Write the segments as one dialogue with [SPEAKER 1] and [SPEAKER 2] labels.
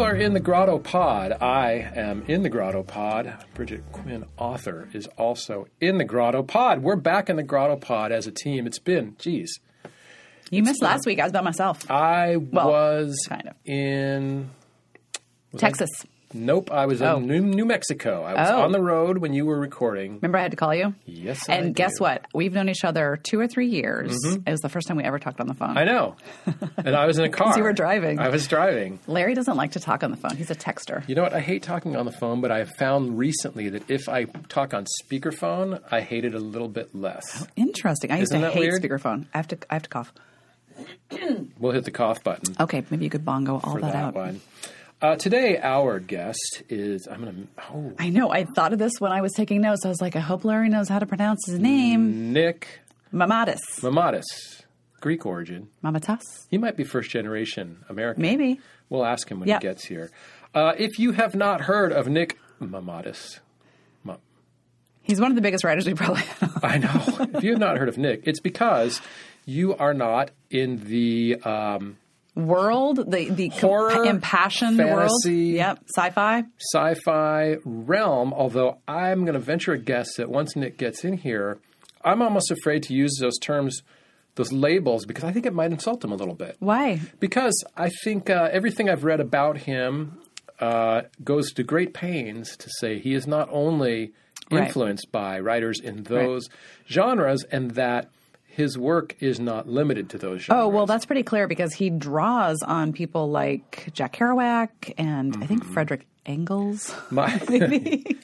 [SPEAKER 1] are in the Grotto Pod. I am in the Grotto Pod. Bridget Quinn, author, is also in the Grotto Pod. We're back in the Grotto Pod as a team. It's been, geez,
[SPEAKER 2] You missed last week. I was by myself.
[SPEAKER 1] I
[SPEAKER 2] Well,
[SPEAKER 1] was
[SPEAKER 2] kind of.
[SPEAKER 1] in.
[SPEAKER 2] Texas.
[SPEAKER 1] Nope, I was
[SPEAKER 2] Oh.
[SPEAKER 1] in New, New Mexico. I was
[SPEAKER 2] Oh.
[SPEAKER 1] on the road when you were recording.
[SPEAKER 2] Remember, I had to call you?
[SPEAKER 1] Yes, I
[SPEAKER 2] And guess
[SPEAKER 1] do.
[SPEAKER 2] what? We've known each other two or three years. It was the first time we ever talked on the phone.
[SPEAKER 1] I know, and I was in a car.
[SPEAKER 2] you were driving.
[SPEAKER 1] I was driving.
[SPEAKER 2] Larry doesn't like to talk on the phone. He's a texter.
[SPEAKER 1] You know what? I hate talking on the phone, but I have found recently that if I talk on speakerphone, I hate it a little bit
[SPEAKER 2] Oh.
[SPEAKER 1] less.
[SPEAKER 2] Interesting. I used
[SPEAKER 1] Isn't
[SPEAKER 2] to
[SPEAKER 1] that
[SPEAKER 2] hate
[SPEAKER 1] weird?
[SPEAKER 2] speakerphone. I have to. I have to cough.
[SPEAKER 1] We'll hit the cough button
[SPEAKER 2] Okay, maybe you could bongo all
[SPEAKER 1] for
[SPEAKER 2] that,
[SPEAKER 1] that
[SPEAKER 2] out.
[SPEAKER 1] one. Uh, today, our guest is. I'm going to. Oh,
[SPEAKER 2] I know. I thought of this when I was taking notes. I was like, I hope Larry knows how to pronounce his name.
[SPEAKER 1] Nick
[SPEAKER 2] Mamatis.
[SPEAKER 1] Mamadis, Greek origin.
[SPEAKER 2] Mamatas.
[SPEAKER 1] He might be first generation American.
[SPEAKER 2] Maybe.
[SPEAKER 1] We'll ask him when
[SPEAKER 2] Yep.
[SPEAKER 1] he gets here. Uh, if you have not heard of Nick Mamadis, Ma-
[SPEAKER 2] He's one of the biggest writers we probably have.
[SPEAKER 1] I know. if you have not heard of Nick, it's because you are not in the um,
[SPEAKER 2] world, the the com-
[SPEAKER 1] Horror,
[SPEAKER 2] impassioned world.
[SPEAKER 1] fantasy.
[SPEAKER 2] Yep, sci-fi.
[SPEAKER 1] sci fi realm, although I'm going to venture a guess that once Nick gets in here, I'm almost afraid to use those terms, those labels, because I think it might insult him a little bit.
[SPEAKER 2] Why?
[SPEAKER 1] Because I think uh, everything I've read about him uh, goes to great pains to say he is not only
[SPEAKER 2] Right.
[SPEAKER 1] influenced by writers in those genres and that his work is not limited to those genres.
[SPEAKER 2] Oh well, that's pretty clear because he draws on people like Jack Kerouac and I
[SPEAKER 1] Mm-hmm.
[SPEAKER 2] think Frederick Engels.
[SPEAKER 1] My,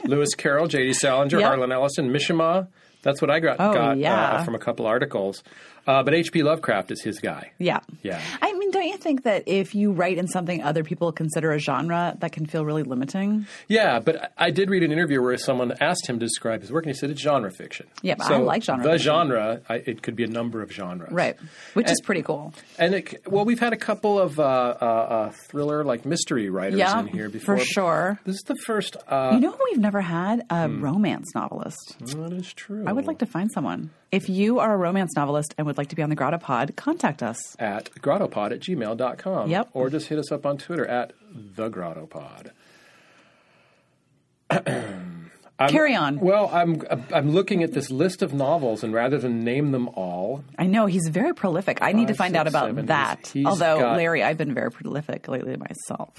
[SPEAKER 1] Lewis Carroll, J.D. Salinger,
[SPEAKER 2] Yep. Oh,
[SPEAKER 1] Harlan Ellison, Mishima. That's what I got, got, uh,
[SPEAKER 2] yeah.
[SPEAKER 1] from a couple articles. Uh, but H.P. Lovecraft is his guy.
[SPEAKER 2] Yeah.
[SPEAKER 1] Yeah.
[SPEAKER 2] I mean, don't you think that if you write in something other people consider a genre, that can feel really limiting?
[SPEAKER 1] Yeah, but I- I did read an interview where someone asked him to describe his work, and he said it's genre fiction.
[SPEAKER 2] Yeah, but I like genre
[SPEAKER 1] The
[SPEAKER 2] fiction.
[SPEAKER 1] genre, I, it could be a number of genres.
[SPEAKER 2] Right. Which
[SPEAKER 1] Eh,
[SPEAKER 2] is pretty cool.
[SPEAKER 1] And it, c- well, we've had a couple of uh, uh, uh, thriller, like mystery writers
[SPEAKER 2] Yeah,
[SPEAKER 1] in here
[SPEAKER 2] for
[SPEAKER 1] before.
[SPEAKER 2] sure.
[SPEAKER 1] This is the first. Uh, Hmm.
[SPEAKER 2] You know who we've never had? A romance novelist.
[SPEAKER 1] that is true.
[SPEAKER 2] Hmm. I would like to find someone. If you are a romance novelist and would like to be on the Grotto Pod, contact us.
[SPEAKER 1] at grottopod at gmail.com.
[SPEAKER 2] Yep.
[SPEAKER 1] Or just hit us up on Twitter at the grottopod. I'm-
[SPEAKER 2] Carry on.
[SPEAKER 1] Well, I'm I'm looking at this list of novels, and rather than name them all,
[SPEAKER 2] I know he's very prolific. I need to
[SPEAKER 1] Five,
[SPEAKER 2] find
[SPEAKER 1] six,
[SPEAKER 2] out about
[SPEAKER 1] seven.
[SPEAKER 2] that.
[SPEAKER 1] He's- he's
[SPEAKER 2] Although,
[SPEAKER 1] got-
[SPEAKER 2] Larry, I've been very prolific lately myself.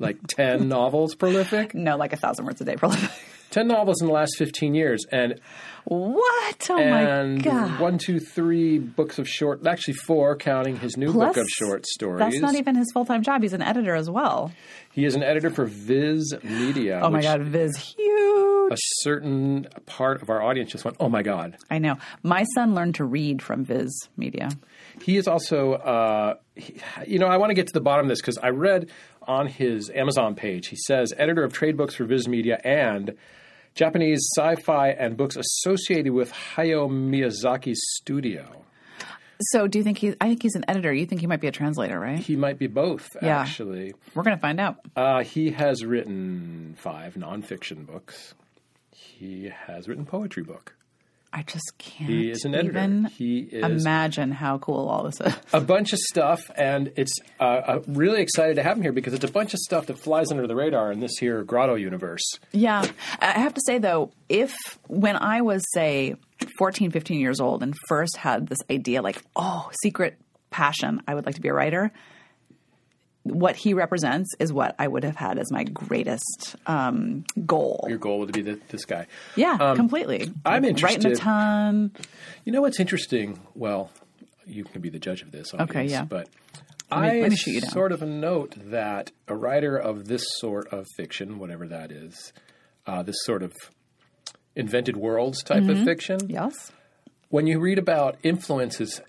[SPEAKER 1] like ten novels prolific,
[SPEAKER 2] No, like a thousand words a day prolific.
[SPEAKER 1] ten novels in the last fifteen years, and
[SPEAKER 2] What? Oh
[SPEAKER 1] and
[SPEAKER 2] my god!
[SPEAKER 1] one, two, three books of short, actually four, counting his new
[SPEAKER 2] Plus,
[SPEAKER 1] book of short stories.
[SPEAKER 2] That's not even his full time job. He's an editor as well.
[SPEAKER 1] he is an editor for Viz Media.
[SPEAKER 2] Oh my
[SPEAKER 1] which
[SPEAKER 2] god, Viz huge.
[SPEAKER 1] A certain part of our audience just went, "Oh my god!"
[SPEAKER 2] I know. My son learned to read from Viz Media.
[SPEAKER 1] He is also, uh, he- you know, I want to get to the bottom of this because I read on his Amazon page, he says, editor of trade books for Viz Media and Japanese sci fi and books associated with Hayao Miyazaki's studio.
[SPEAKER 2] So, do you think he's? I think he's an editor. You think he might be a translator, right?
[SPEAKER 1] He might be both,
[SPEAKER 2] Yeah.
[SPEAKER 1] actually.
[SPEAKER 2] We're gonna find out.
[SPEAKER 1] Uh, he has written five nonfiction books, he has written poetry book.
[SPEAKER 2] I just can't.
[SPEAKER 1] He is an editor.
[SPEAKER 2] Even
[SPEAKER 1] he is
[SPEAKER 2] imagine how cool all this is.
[SPEAKER 1] a bunch of stuff, and it's uh, uh, really excited to have him here because it's a bunch of stuff that flies under the radar in this here grotto universe.
[SPEAKER 2] Yeah. I I have to say, though, if when I was, say, 14, 15 years old and first had this idea, like, oh, secret passion, I would like to be a writer, what he represents is what I would have had as my greatest um, goal.
[SPEAKER 1] Your goal would be th this guy.
[SPEAKER 2] Yeah, completely.
[SPEAKER 1] um, I'm
[SPEAKER 2] Writing a
[SPEAKER 1] interested-
[SPEAKER 2] ton.
[SPEAKER 1] You know what's interesting? Well, you can be the judge of this. Audience,
[SPEAKER 2] yeah.
[SPEAKER 1] But
[SPEAKER 2] me-
[SPEAKER 1] I
[SPEAKER 2] let me shoot you down.
[SPEAKER 1] sort of note that a writer of this sort of fiction, whatever that is, uh, this sort of invented worlds type
[SPEAKER 2] Mm-hmm.
[SPEAKER 1] of fiction,
[SPEAKER 2] Yes.
[SPEAKER 1] when you read about influences,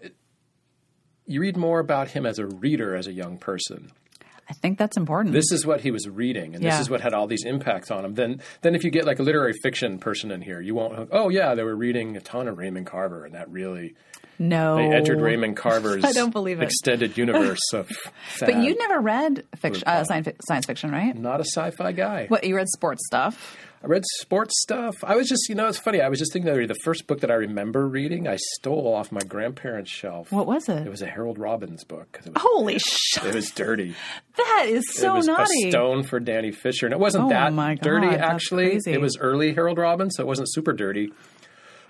[SPEAKER 1] you read more about him as a reader, as a young person.
[SPEAKER 2] I think that's important.
[SPEAKER 1] This is what he was reading, and
[SPEAKER 2] Yeah.
[SPEAKER 1] this is what had all these impacts on him. Then, then if you get like a literary fiction person in here, you won't. Oh yeah, they were reading a ton of Raymond Carver, and that really
[SPEAKER 2] no.
[SPEAKER 1] they entered Raymond Carver's
[SPEAKER 2] Oh. I don't believe it.
[SPEAKER 1] extended universe of sad.
[SPEAKER 2] uh, But you never read fiction, uh, science, fi- science fiction, right?
[SPEAKER 1] not a sci-fi guy.
[SPEAKER 2] What, you read sports stuff?
[SPEAKER 1] I read sports stuff. I was just, you know, it's funny. I was just thinking the other day, the first book that I remember reading, I stole off my grandparents' shelf.
[SPEAKER 2] What was it? Oh.
[SPEAKER 1] It was a Harold Robbins book. 'cause It was,
[SPEAKER 2] Holy shit!
[SPEAKER 1] it was dirty.
[SPEAKER 2] That is so
[SPEAKER 1] it was
[SPEAKER 2] naughty.
[SPEAKER 1] a stone for Danny Fisher, and it wasn't
[SPEAKER 2] Oh
[SPEAKER 1] that
[SPEAKER 2] my God,
[SPEAKER 1] dirty.
[SPEAKER 2] that's
[SPEAKER 1] Actually,
[SPEAKER 2] crazy.
[SPEAKER 1] it was early Harold Robbins, so it wasn't super dirty.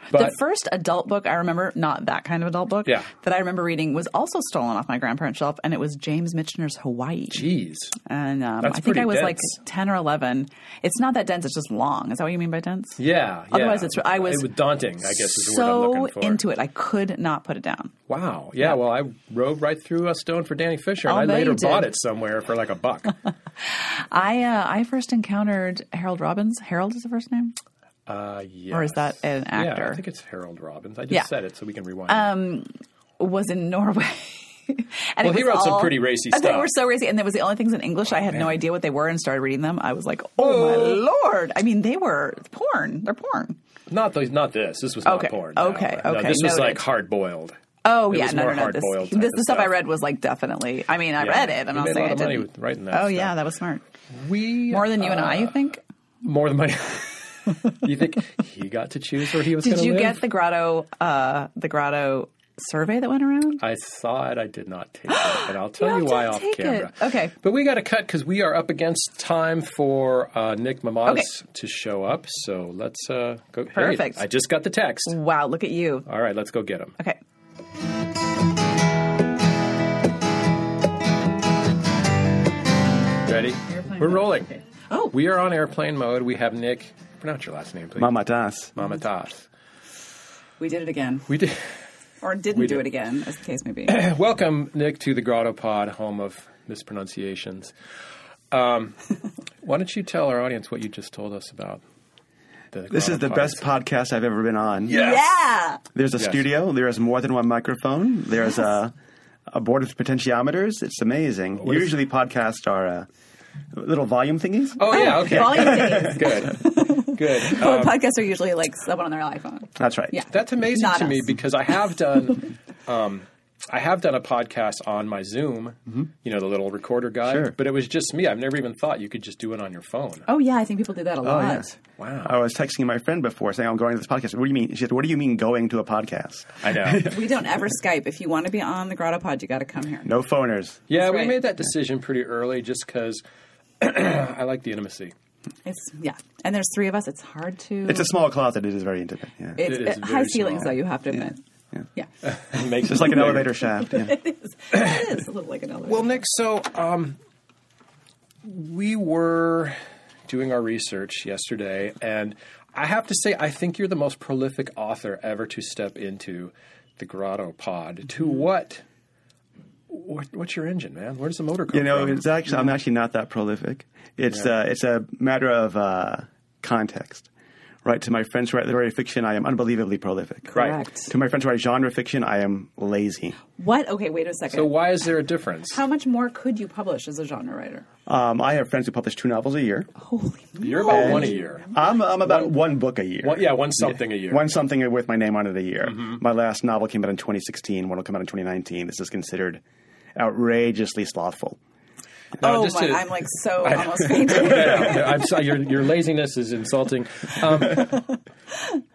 [SPEAKER 1] But
[SPEAKER 2] the first adult book I remember, not that kind of adult book,
[SPEAKER 1] Yeah.
[SPEAKER 2] that I remember reading was also stolen off my grandparents' shelf, and it was James Michener's Hawaii.
[SPEAKER 1] geez,
[SPEAKER 2] And um,
[SPEAKER 1] That's
[SPEAKER 2] I think
[SPEAKER 1] pretty
[SPEAKER 2] I was like
[SPEAKER 1] dense.
[SPEAKER 2] 10 or 11. It's not that dense, it's just long. Is that what you mean by dense?
[SPEAKER 1] yeah, yeah.
[SPEAKER 2] Otherwise it's- I was
[SPEAKER 1] it was daunting. I guess is the word I'm
[SPEAKER 2] so
[SPEAKER 1] looking for.
[SPEAKER 2] into it. I could not put it down.
[SPEAKER 1] Wow. Yeah, Well, I rode right through a stone for Danny Fisher, and
[SPEAKER 2] I'll
[SPEAKER 1] I
[SPEAKER 2] bet
[SPEAKER 1] later
[SPEAKER 2] you did.
[SPEAKER 1] bought it somewhere for like a buck.
[SPEAKER 2] I uh, I first encountered Harold Robbins. Harold is the first name?
[SPEAKER 1] Uh, yes.
[SPEAKER 2] Or is that an actor?
[SPEAKER 1] Yeah, I think it's Harold Robbins. I just
[SPEAKER 2] Yeah. Um,
[SPEAKER 1] said it, so we can rewind.
[SPEAKER 2] was in Norway. and
[SPEAKER 1] Well,
[SPEAKER 2] it
[SPEAKER 1] he
[SPEAKER 2] was
[SPEAKER 1] wrote some
[SPEAKER 2] all-
[SPEAKER 1] pretty racy
[SPEAKER 2] They
[SPEAKER 1] stuff. Oh,
[SPEAKER 2] were so racy, and that was the only things in English. I had no idea what they were, and started reading them. I was like, "Oh my lord!" I mean, they were porn. They're porn.
[SPEAKER 1] not those, not this. This was not
[SPEAKER 2] Okay,
[SPEAKER 1] porn. no.
[SPEAKER 2] okay,
[SPEAKER 1] No,
[SPEAKER 2] okay,
[SPEAKER 1] This was
[SPEAKER 2] noted.
[SPEAKER 1] like hard boiled.
[SPEAKER 2] Oh
[SPEAKER 1] It
[SPEAKER 2] yeah,
[SPEAKER 1] was
[SPEAKER 2] no,
[SPEAKER 1] more
[SPEAKER 2] no, no. This,
[SPEAKER 1] hard-boiled type
[SPEAKER 2] this
[SPEAKER 1] of
[SPEAKER 2] the stuff I
[SPEAKER 1] stuff.
[SPEAKER 2] read was like definitely. I mean, I read it. I'm
[SPEAKER 1] We
[SPEAKER 2] not
[SPEAKER 1] made a
[SPEAKER 2] saying
[SPEAKER 1] lot
[SPEAKER 2] I
[SPEAKER 1] of money
[SPEAKER 2] didn't.
[SPEAKER 1] with writing that.
[SPEAKER 2] Oh
[SPEAKER 1] stuff.
[SPEAKER 2] yeah, that was smart.
[SPEAKER 1] We uh,
[SPEAKER 2] More than you and I, you think?
[SPEAKER 1] more than money. you think he got to choose where he was going
[SPEAKER 2] Did
[SPEAKER 1] to
[SPEAKER 2] you
[SPEAKER 1] live?
[SPEAKER 2] get the grotto? Uh, the grotto survey that went around.
[SPEAKER 1] I saw it. I did not take it, and I'll tell
[SPEAKER 2] You
[SPEAKER 1] you,
[SPEAKER 2] have to
[SPEAKER 1] why off
[SPEAKER 2] take it.
[SPEAKER 1] camera.
[SPEAKER 2] Okay.
[SPEAKER 1] but we got to cut because we are up against time for uh, Nick Mamatis
[SPEAKER 2] Okay.
[SPEAKER 1] to show up. So let's uh, go. hey,
[SPEAKER 2] Perfect. Mm.
[SPEAKER 1] I just got the text.
[SPEAKER 2] Wow, look at you.
[SPEAKER 1] All right, let's go get him.
[SPEAKER 2] Okay.
[SPEAKER 1] Ready? We're rolling.
[SPEAKER 2] Oh,
[SPEAKER 1] We are on airplane mode. We have Nick. Pronounce your last name, please.
[SPEAKER 3] Mamatas.
[SPEAKER 1] Mamatas.
[SPEAKER 2] we did it again,
[SPEAKER 1] We did.
[SPEAKER 2] or didn't do
[SPEAKER 1] did.
[SPEAKER 2] it again, as the case may be.
[SPEAKER 1] Welcome, Nick, to the Grotto Pod, home of mispronunciations. Um, why don't you tell our audience what you just told us about? The
[SPEAKER 3] This is the best podcast I've ever been on. Yeah.
[SPEAKER 2] Yeah.
[SPEAKER 3] There's a
[SPEAKER 1] Yes.
[SPEAKER 3] studio. There is more than one microphone. There's a, a board with potentiometers. It's amazing.
[SPEAKER 1] is-
[SPEAKER 3] Usually podcasts are uh, little volume thingies.
[SPEAKER 1] Oh yeah, okay. Um,
[SPEAKER 2] Volume days.
[SPEAKER 1] Good, good.
[SPEAKER 2] Well,
[SPEAKER 1] Um,
[SPEAKER 2] podcasts are usually like someone on their iPhone.
[SPEAKER 3] That's right.
[SPEAKER 2] Yeah.
[SPEAKER 1] that's amazing
[SPEAKER 2] Not
[SPEAKER 1] to me
[SPEAKER 2] us.
[SPEAKER 1] because I have done, um, I have done a podcast on my Zoom, you know, the little recorder guy.
[SPEAKER 3] Mm-hmm. Sure.
[SPEAKER 1] But it was just me. I've never even thought you could just do it on your phone.
[SPEAKER 2] Oh yeah, I think people do that a lot.
[SPEAKER 3] yes.
[SPEAKER 1] Wow.
[SPEAKER 3] I was texting my friend before saying I'm going to this podcast. What do you mean? She said, "What do you mean going to a podcast?
[SPEAKER 1] I know.
[SPEAKER 2] We don't ever Skype. If you want to be on the Grotto Pod, you got to come here.
[SPEAKER 3] No phoners."
[SPEAKER 1] yeah,
[SPEAKER 2] That's
[SPEAKER 1] we
[SPEAKER 2] right.
[SPEAKER 1] made that decision pretty early just because I like the intimacy.
[SPEAKER 2] It's yeah, and there's three of us. It's hard to.
[SPEAKER 3] It's a small closet. It is very intimate. Yeah.
[SPEAKER 2] It's
[SPEAKER 1] It is
[SPEAKER 2] uh,
[SPEAKER 1] very
[SPEAKER 2] high ceilings,
[SPEAKER 1] small.
[SPEAKER 2] though. You have to admit. Yeah.
[SPEAKER 1] It makes
[SPEAKER 3] It's like an elevator shaft. Yeah.
[SPEAKER 2] it is a little like an elevator.
[SPEAKER 1] Well, Nick, so um, we were doing our research yesterday, and I have to say, I think you're the most prolific author ever to step into the Grotto Pod.
[SPEAKER 3] Mm-hmm.
[SPEAKER 1] To what? what what's your engine, man? Where does the motor come
[SPEAKER 3] You know,
[SPEAKER 1] from?
[SPEAKER 3] it's actually I'm actually not that prolific. It's uh, it's a matter of uh, context, right? To my friends who write literary fiction, I am unbelievably prolific.
[SPEAKER 1] Right.
[SPEAKER 2] Correct.
[SPEAKER 3] To my friends who write genre fiction, I am lazy.
[SPEAKER 2] What? Okay, wait a second.
[SPEAKER 1] So why is there a difference?
[SPEAKER 2] How much more could you publish as a genre writer?
[SPEAKER 3] Um, I have friends who publish two novels a year.
[SPEAKER 2] Holy.
[SPEAKER 1] You're about one a year.
[SPEAKER 3] I'm, I'm about one, book a year.
[SPEAKER 1] Oh, One, yeah, one something a year. Mm-hmm.
[SPEAKER 3] One something with my name on it a year. My last novel came out in 2016. One will come out in 2019. This is considered outrageously slothful.
[SPEAKER 1] No,
[SPEAKER 2] oh
[SPEAKER 1] just
[SPEAKER 2] my!
[SPEAKER 1] to-
[SPEAKER 2] I'm like so almost fainting.
[SPEAKER 1] I'm sorry, your, your laziness is insulting. Um,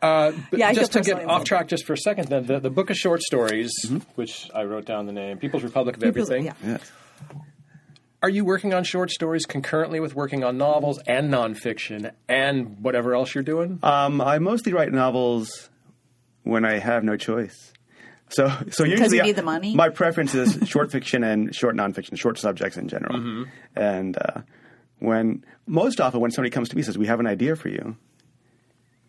[SPEAKER 1] uh, but
[SPEAKER 2] Yeah, I
[SPEAKER 1] just to
[SPEAKER 2] feel
[SPEAKER 1] get
[SPEAKER 2] personally
[SPEAKER 1] off track just for a second, then the, the book of short stories, which I wrote down the name, People's Republic of Everything.
[SPEAKER 2] Yeah.
[SPEAKER 1] Are you working on short stories concurrently with working on novels and nonfiction and whatever else you're doing?
[SPEAKER 3] Um, I mostly write novels when I have no choice. So, so usually
[SPEAKER 2] you
[SPEAKER 3] I-
[SPEAKER 2] need the money?
[SPEAKER 3] My preference is short fiction and short nonfiction, short subjects in general. And uh, when most often when somebody comes to me and says, "We have an idea for you.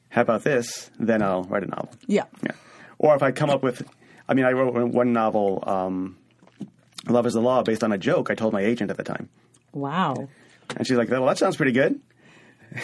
[SPEAKER 3] How about this?" Then I'll write a novel.
[SPEAKER 2] Yeah.
[SPEAKER 3] Yeah. Or if I come up with, I mean, I wrote one- one novel, um, "Love Is the Law," based on a joke I told my agent at the time,
[SPEAKER 2] Wow.
[SPEAKER 3] and she's like, "Well, that sounds pretty good."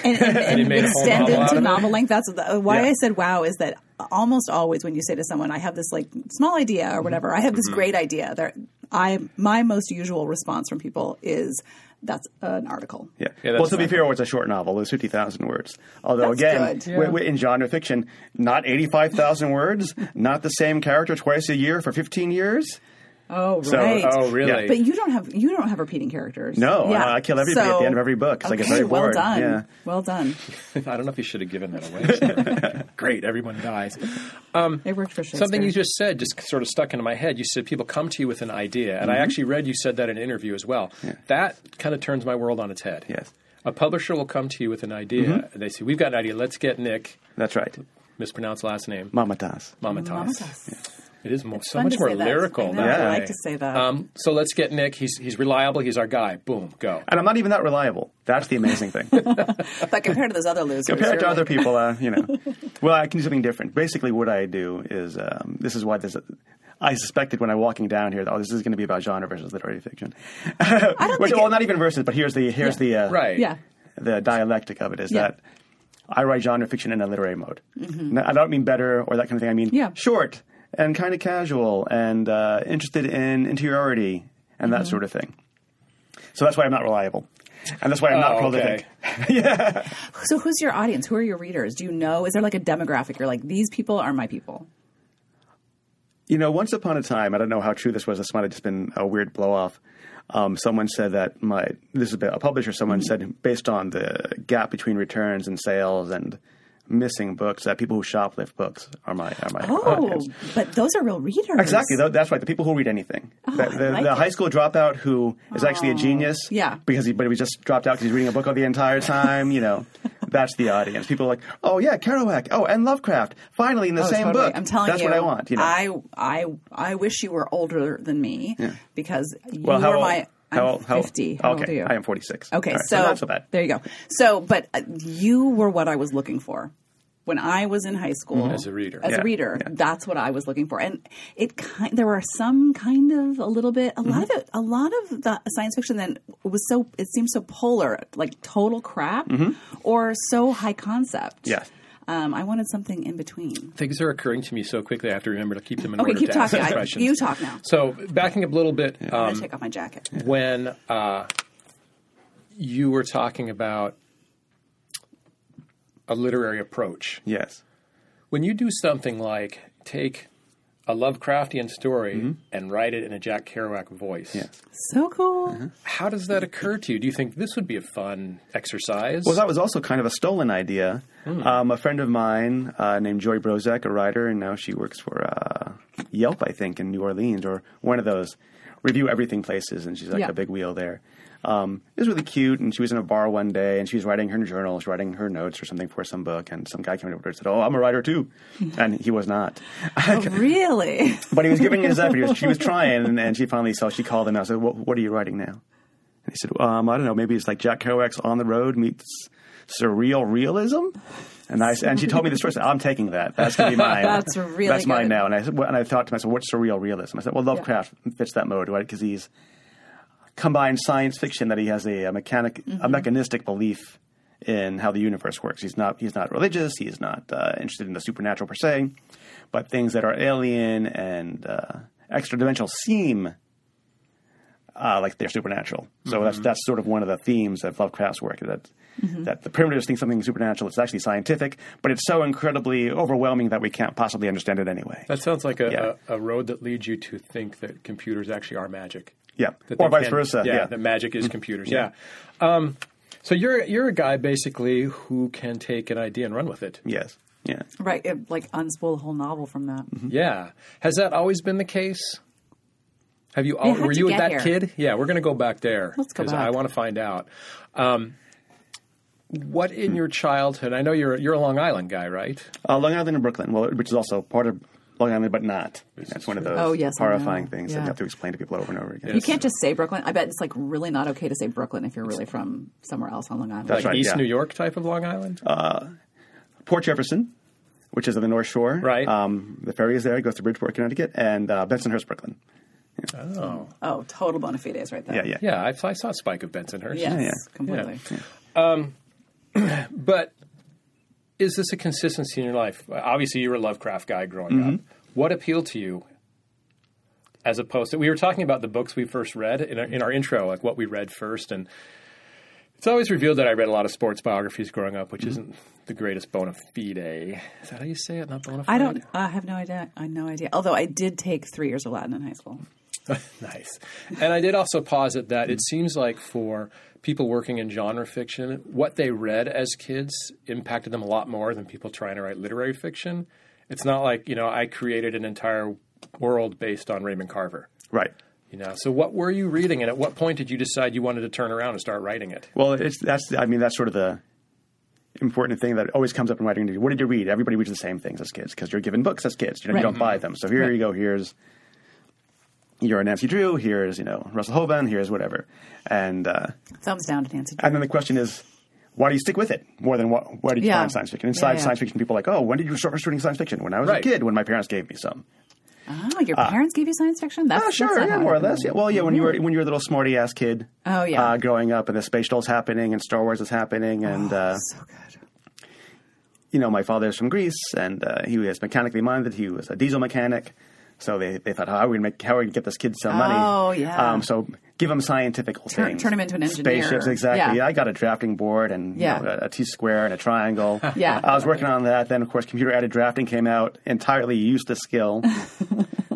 [SPEAKER 2] and, and, and,
[SPEAKER 1] made a whole
[SPEAKER 2] extend
[SPEAKER 1] novel out
[SPEAKER 2] into
[SPEAKER 1] of it?
[SPEAKER 2] novel length. That's the, uh, why
[SPEAKER 3] Yeah.
[SPEAKER 2] I said wow is that almost always when you say to someone, "I have this like small idea
[SPEAKER 3] Mm-hmm.
[SPEAKER 2] or whatever," I have this great idea. There, I my most usual response from people is, "That's an article."
[SPEAKER 3] Yeah.
[SPEAKER 1] Yeah, that's
[SPEAKER 3] well, to be
[SPEAKER 1] fine.
[SPEAKER 3] fair, it's a short novel. It was 50,000 words. Although,
[SPEAKER 2] That's
[SPEAKER 3] again,
[SPEAKER 2] good.
[SPEAKER 3] wi- wi- in genre fiction, not 85,000 words, not the same character twice a year for 15 years.
[SPEAKER 2] Oh, right.
[SPEAKER 3] So-
[SPEAKER 1] Oh, really?
[SPEAKER 3] Yeah.
[SPEAKER 2] But you don't have you don't have repeating characters.
[SPEAKER 3] No, I- I kill everybody at the end of every book, 'cause I get
[SPEAKER 2] okay,
[SPEAKER 3] very
[SPEAKER 2] Well
[SPEAKER 3] bored,
[SPEAKER 2] done.
[SPEAKER 3] yeah.
[SPEAKER 2] Well done.
[SPEAKER 1] I don't know if you should have given that away. Great, everyone dies.
[SPEAKER 2] It worked for Shakespeare.
[SPEAKER 1] Something you just said just sort of stuck into my head. You said people come to you with an idea,
[SPEAKER 3] Mm-hmm.
[SPEAKER 1] and I actually read you said that in an interview as well. That kind of turns my world on its head.
[SPEAKER 3] Yes. Mm-hmm.
[SPEAKER 1] A publisher will come to you with an idea. and They say, "We've got an idea. Let's get Nick."
[SPEAKER 3] That's right.
[SPEAKER 1] Mispronounced last name,
[SPEAKER 3] Mamatas.
[SPEAKER 1] Mamatas.
[SPEAKER 2] Mamatas.
[SPEAKER 1] It is more, so
[SPEAKER 2] fun
[SPEAKER 1] much
[SPEAKER 2] to
[SPEAKER 1] more
[SPEAKER 2] say that. I
[SPEAKER 1] lyrical.
[SPEAKER 2] know,
[SPEAKER 1] that
[SPEAKER 3] I
[SPEAKER 1] way.
[SPEAKER 2] like to say that.
[SPEAKER 1] Um, so let's get Nick. He's he's reliable. He's our guy. Boom, go.
[SPEAKER 3] And I'm not even that reliable. That's the amazing thing.
[SPEAKER 2] But compared to those other losers,
[SPEAKER 3] compared
[SPEAKER 2] you're
[SPEAKER 3] to
[SPEAKER 2] like,
[SPEAKER 3] other people, uh, you know. Well, I can do something different. Basically, what I do is um, this is why this. I suspected when I walking down here, oh, this is going to be about genre versus literary fiction. Which,
[SPEAKER 2] think
[SPEAKER 3] well,
[SPEAKER 2] it-
[SPEAKER 3] not even versus, but here's the here's the uh,
[SPEAKER 1] Right.
[SPEAKER 2] Yeah.
[SPEAKER 3] the dialectic of it is
[SPEAKER 2] Yeah. Mm-hmm.
[SPEAKER 3] that I write genre fiction in a literary mode. No, I don't mean better or that kind of thing. I mean
[SPEAKER 2] Yeah.
[SPEAKER 3] short and kind of casual and uh, interested in interiority and
[SPEAKER 2] Mm-hmm.
[SPEAKER 3] that sort of thing. So that's why I'm not reliable, and that's why I'm not
[SPEAKER 1] Oh,
[SPEAKER 3] prolific.
[SPEAKER 1] okay.
[SPEAKER 2] So who's your audience? Who are your readers? Do you know? Is there like a demographic? You're like these people are my people.
[SPEAKER 3] You know, once upon a time, I don't know how true this was. This might have just been a weird blow off. Um, someone said that my this is a publisher.
[SPEAKER 2] Mm-hmm.
[SPEAKER 3] Someone said based on the gap between returns and sales and missing books that people who shoplift books are my are my
[SPEAKER 2] Oh,
[SPEAKER 3] audience.
[SPEAKER 2] but those are real readers.
[SPEAKER 3] Uh, Exactly. tho- That's right. The people who read anything. the
[SPEAKER 2] Oh, I
[SPEAKER 3] the,
[SPEAKER 2] like
[SPEAKER 3] the
[SPEAKER 2] it. Oh,
[SPEAKER 3] high school dropout who is actually a genius.
[SPEAKER 2] Yeah.
[SPEAKER 3] Because he, but he was just dropped out because he's reading a book all the entire time. you know, that's the audience. People are like, oh yeah, Kerouac. Oh, and Lovecraft. Finally, in the
[SPEAKER 2] Oh,
[SPEAKER 3] same
[SPEAKER 2] totally.
[SPEAKER 3] book.
[SPEAKER 2] I'm telling
[SPEAKER 3] that's
[SPEAKER 2] you,
[SPEAKER 3] what I want. You know.
[SPEAKER 2] I I I wish you were older than me because you
[SPEAKER 3] well, how
[SPEAKER 2] were
[SPEAKER 3] old?
[SPEAKER 2] my. I'm
[SPEAKER 3] how old? How old?
[SPEAKER 2] fifty.
[SPEAKER 3] Okay,
[SPEAKER 2] How old are you?
[SPEAKER 3] I am forty-six.
[SPEAKER 2] Okay,
[SPEAKER 3] All right,
[SPEAKER 2] so,
[SPEAKER 3] not so bad.
[SPEAKER 2] There you go. So, but uh, you were what I was looking for when I was in high school
[SPEAKER 1] As a reader.
[SPEAKER 2] As a
[SPEAKER 3] Yeah,
[SPEAKER 2] reader,
[SPEAKER 3] yeah.
[SPEAKER 2] that's what I was looking for, and it kind there were some kind of a little bit a
[SPEAKER 3] Mm-hmm.
[SPEAKER 2] lot of it, a lot of the science fiction then was so it seemed so polar, like total crap, or so high concept.
[SPEAKER 3] Mm-hmm. Yeah.
[SPEAKER 2] Um, I wanted something in between.
[SPEAKER 1] Things are occurring to me so quickly. I have to remember to keep them in
[SPEAKER 2] Okay,
[SPEAKER 1] order
[SPEAKER 2] Oh, keep
[SPEAKER 1] to
[SPEAKER 2] talking.
[SPEAKER 1] ask
[SPEAKER 2] I,
[SPEAKER 1] questions.
[SPEAKER 2] you talk now.
[SPEAKER 1] So backing up a little bit,
[SPEAKER 2] I'm
[SPEAKER 1] um,
[SPEAKER 2] gonna take off my jacket.
[SPEAKER 1] when uh, you were talking about a literary approach,
[SPEAKER 3] Yes.
[SPEAKER 1] when you do something like take a Lovecraftian story
[SPEAKER 3] Mm-hmm.
[SPEAKER 1] and write it in a Jack Kerouac voice,
[SPEAKER 3] Yes.
[SPEAKER 2] So cool.
[SPEAKER 3] Uh-huh.
[SPEAKER 1] how does that occur to you? Do you think this would be a fun exercise?
[SPEAKER 3] Well, that was also kind of a stolen idea. Um, a friend of mine uh, named Joy Brozek, a writer, and now she works for uh, Yelp, I think, in New Orleans or one of those review everything places, and she's like
[SPEAKER 2] Yeah.
[SPEAKER 3] a big wheel there. Um, it was really cute, and she was in a bar one day, and she was writing her journal, she was writing her notes or something for some book, and some guy came over to her and said, "Oh, I'm a writer too," and he was not.
[SPEAKER 2] Oh, really?
[SPEAKER 3] But he was giving his effort. He was, she was trying, and, and she finally saw. She called him out. I said, "What, what are you writing now?" And he said, um, "I don't know. Maybe it's like Jack Kerouac's On the Road meets surreal realism." And I s- and she told me this first. I'm taking that. That's gonna be mine.
[SPEAKER 2] That's really
[SPEAKER 3] that's mine
[SPEAKER 2] good.
[SPEAKER 3] now. And I said, well, and I thought to myself, "What's surreal realism?" I said, "Well, Lovecraft fits that mode, right? Because he's combined science fiction that he has a, a mechanic, a mechanistic belief." In how the universe works, he's not he's not religious. He's not uh, interested in the supernatural per se but things that are alien and uh, extra dimensional seem uh, like they're supernatural. So that's that's sort of one of the themes of Lovecraft's work that that the primitives think something supernatural. It's actually scientific, but it's so incredibly overwhelming that we can't possibly understand it anyway.
[SPEAKER 1] That sounds like a,
[SPEAKER 3] Yeah.
[SPEAKER 1] a, a road that leads you to think that computers actually are magic.
[SPEAKER 3] Yeah,
[SPEAKER 1] That
[SPEAKER 3] or
[SPEAKER 1] they
[SPEAKER 3] vice
[SPEAKER 1] can-
[SPEAKER 3] versa.
[SPEAKER 1] Yeah,
[SPEAKER 3] Yeah, Mm-hmm.
[SPEAKER 1] that magic is computers. Yeah. Um, so you're you're a guy basically who can take an idea and run with it.
[SPEAKER 3] yes, yeah.
[SPEAKER 2] right. It, like unspool a whole novel from that.
[SPEAKER 1] Yeah. Has that always been the case? Have you? All,
[SPEAKER 2] how'd
[SPEAKER 1] were
[SPEAKER 2] you
[SPEAKER 1] you with
[SPEAKER 2] get
[SPEAKER 1] that
[SPEAKER 2] here?
[SPEAKER 1] kid? Yeah, we're going to go back there.
[SPEAKER 2] Let's go
[SPEAKER 1] 'cause
[SPEAKER 2] back.
[SPEAKER 1] I want to find out. Um, what in your childhood? I know you're you're a Long Island guy, right?
[SPEAKER 3] Uh, Long Island and Brooklyn, well, which is also part of Long Island, but not. That's one of those
[SPEAKER 2] Oh, yes, I
[SPEAKER 3] horrifying
[SPEAKER 2] know.
[SPEAKER 3] things
[SPEAKER 2] Yeah.
[SPEAKER 3] that you have to explain to people over and over again.
[SPEAKER 2] You can't just say Brooklyn. I bet it's like really not okay to say Brooklyn if you're really from somewhere else on Long Island.
[SPEAKER 3] That's
[SPEAKER 1] Like
[SPEAKER 3] right,
[SPEAKER 1] East
[SPEAKER 3] yeah. Uh,
[SPEAKER 1] New York type of Long Island.
[SPEAKER 3] Port Jefferson, which is on the North Shore.
[SPEAKER 1] Right.
[SPEAKER 3] Um, the ferry is there. It goes to Bridgeport, Connecticut, and uh, Bensonhurst, Brooklyn.
[SPEAKER 2] Oh, total bona fides right there.
[SPEAKER 3] Yeah, yeah.
[SPEAKER 1] yeah, I, I saw Spike of Bensonhurst.
[SPEAKER 2] Yes,
[SPEAKER 3] yeah.
[SPEAKER 2] completely.
[SPEAKER 1] But is this a consistency in your life? Obviously, you were a Lovecraft guy growing up. What appealed to you as opposed to, we were talking about the books we first read in our, in our intro, like what we read first. And it's always revealed that I read a lot of sports biographies growing up, which isn't the greatest bona fide. Is that how you say it? Not bona fide?
[SPEAKER 2] I don't. I have no idea. I have no idea. Although I did take three years of Latin in high school.
[SPEAKER 1] nice. And I did also posit that it seems like for people working in genre fiction, what they read as kids impacted them a lot more than people trying to write literary fiction. It's not like, you know, I created an entire world based on Raymond Carver.
[SPEAKER 3] Right.
[SPEAKER 1] You know, so what were you reading, and at what point did you decide you wanted to turn around and start writing it?
[SPEAKER 3] Well, it's that's I mean that's sort of the important thing that always comes up in writing. What did you read? Everybody reads the same things as kids because you're given books as kids. You, know,
[SPEAKER 2] Right.
[SPEAKER 3] you don't buy them. So here you go. Here's your Nancy Drew. Here's you know Russell Hoban. Here's whatever. And uh,
[SPEAKER 2] Thumbs down to Nancy.
[SPEAKER 3] and then the question is, why do you stick with it more than what? Why did you
[SPEAKER 2] Yeah.
[SPEAKER 3] find science fiction? Inside
[SPEAKER 2] Yeah, yeah.
[SPEAKER 3] science fiction, people are like, oh, when did you start reading science fiction? When I was
[SPEAKER 1] Right.
[SPEAKER 3] a kid, when my parents gave me some.
[SPEAKER 2] Oh, your parents gave you science fiction? That's,
[SPEAKER 3] Oh,
[SPEAKER 2] that's
[SPEAKER 3] uh, sure,
[SPEAKER 2] not
[SPEAKER 3] yeah,
[SPEAKER 2] how it
[SPEAKER 3] more or
[SPEAKER 2] happened.
[SPEAKER 3] less. Yeah. Well, yeah, when you were when you were a little smarty ass kid.
[SPEAKER 2] Oh, yeah.
[SPEAKER 3] Uh, growing up, and the space shuttle's happening, and Star Wars is happening, and uh,
[SPEAKER 2] So good.
[SPEAKER 3] you know, my father's from Greece, and uh, he was mechanically minded. He was a diesel mechanic, so they, they thought, how are we gonna make how are we gonna get this kid some money?
[SPEAKER 2] Oh, yeah.
[SPEAKER 3] Um, so give him scientific
[SPEAKER 2] Turn-
[SPEAKER 3] things.
[SPEAKER 2] turn him into an engineer.
[SPEAKER 3] Spaceships, exactly.
[SPEAKER 2] Yeah.
[SPEAKER 3] I got a drafting board and you
[SPEAKER 2] Yeah.
[SPEAKER 3] know, a, a T square and a triangle.
[SPEAKER 2] Yeah.
[SPEAKER 3] I was working on that. Then, of course, computer aided drafting came out. Entirely useless skill.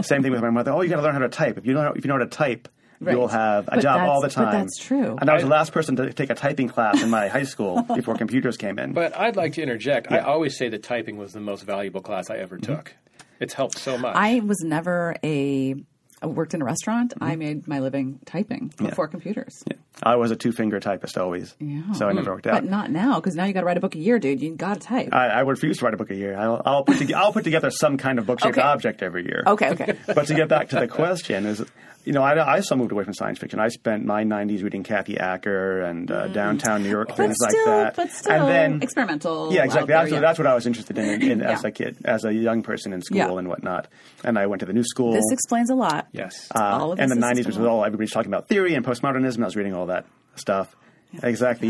[SPEAKER 3] Same thing with my mother. Oh, you got to learn how to type. If you know if you know how to type.
[SPEAKER 2] Right.
[SPEAKER 3] You'll have a
[SPEAKER 2] But
[SPEAKER 3] job
[SPEAKER 2] that's-
[SPEAKER 3] all the
[SPEAKER 2] but
[SPEAKER 3] time.
[SPEAKER 2] that's true.
[SPEAKER 3] And I was the last person to take a typing class in my high school before computers came in.
[SPEAKER 1] But I'd like to interject. I always say that typing was the most valuable class I ever took. It's helped so much.
[SPEAKER 2] Mm-hmm. I was never a. I worked in a restaurant.
[SPEAKER 3] Mm-hmm.
[SPEAKER 2] I made my living typing before computers.
[SPEAKER 3] I was a two finger typist always. So I never worked out.
[SPEAKER 2] Hmm. But not now, because now you got to write a book a year, dude. You got to type.
[SPEAKER 3] I, I would refuse to write a book a year. I'll, I'll, put, to, I'll put together some kind of book shaped
[SPEAKER 2] Okay.
[SPEAKER 3] object every year.
[SPEAKER 2] okay, okay.
[SPEAKER 3] But to get back to the question is, you know, I, I still moved away from science fiction. I spent my 90s reading Kathy Acker and uh, downtown New York,
[SPEAKER 2] Mm. but
[SPEAKER 3] things
[SPEAKER 2] still,
[SPEAKER 3] like that.
[SPEAKER 2] but still,
[SPEAKER 3] and then,
[SPEAKER 2] experimental.
[SPEAKER 3] yeah, exactly.
[SPEAKER 2] out
[SPEAKER 3] that's,
[SPEAKER 2] there,
[SPEAKER 3] what,
[SPEAKER 2] yeah.
[SPEAKER 3] that's what I was interested in, in as
[SPEAKER 2] Yeah.
[SPEAKER 3] a kid, as a young person in school
[SPEAKER 2] Yeah.
[SPEAKER 3] and whatnot. And I went to the new school.
[SPEAKER 2] This explains a lot.
[SPEAKER 1] yes.
[SPEAKER 3] Uh,
[SPEAKER 2] All of
[SPEAKER 3] and the
[SPEAKER 2] this is
[SPEAKER 3] 90s was
[SPEAKER 2] still-
[SPEAKER 3] all everybody's talking about theory and postmodernism. I was reading all that stuff. Exactly.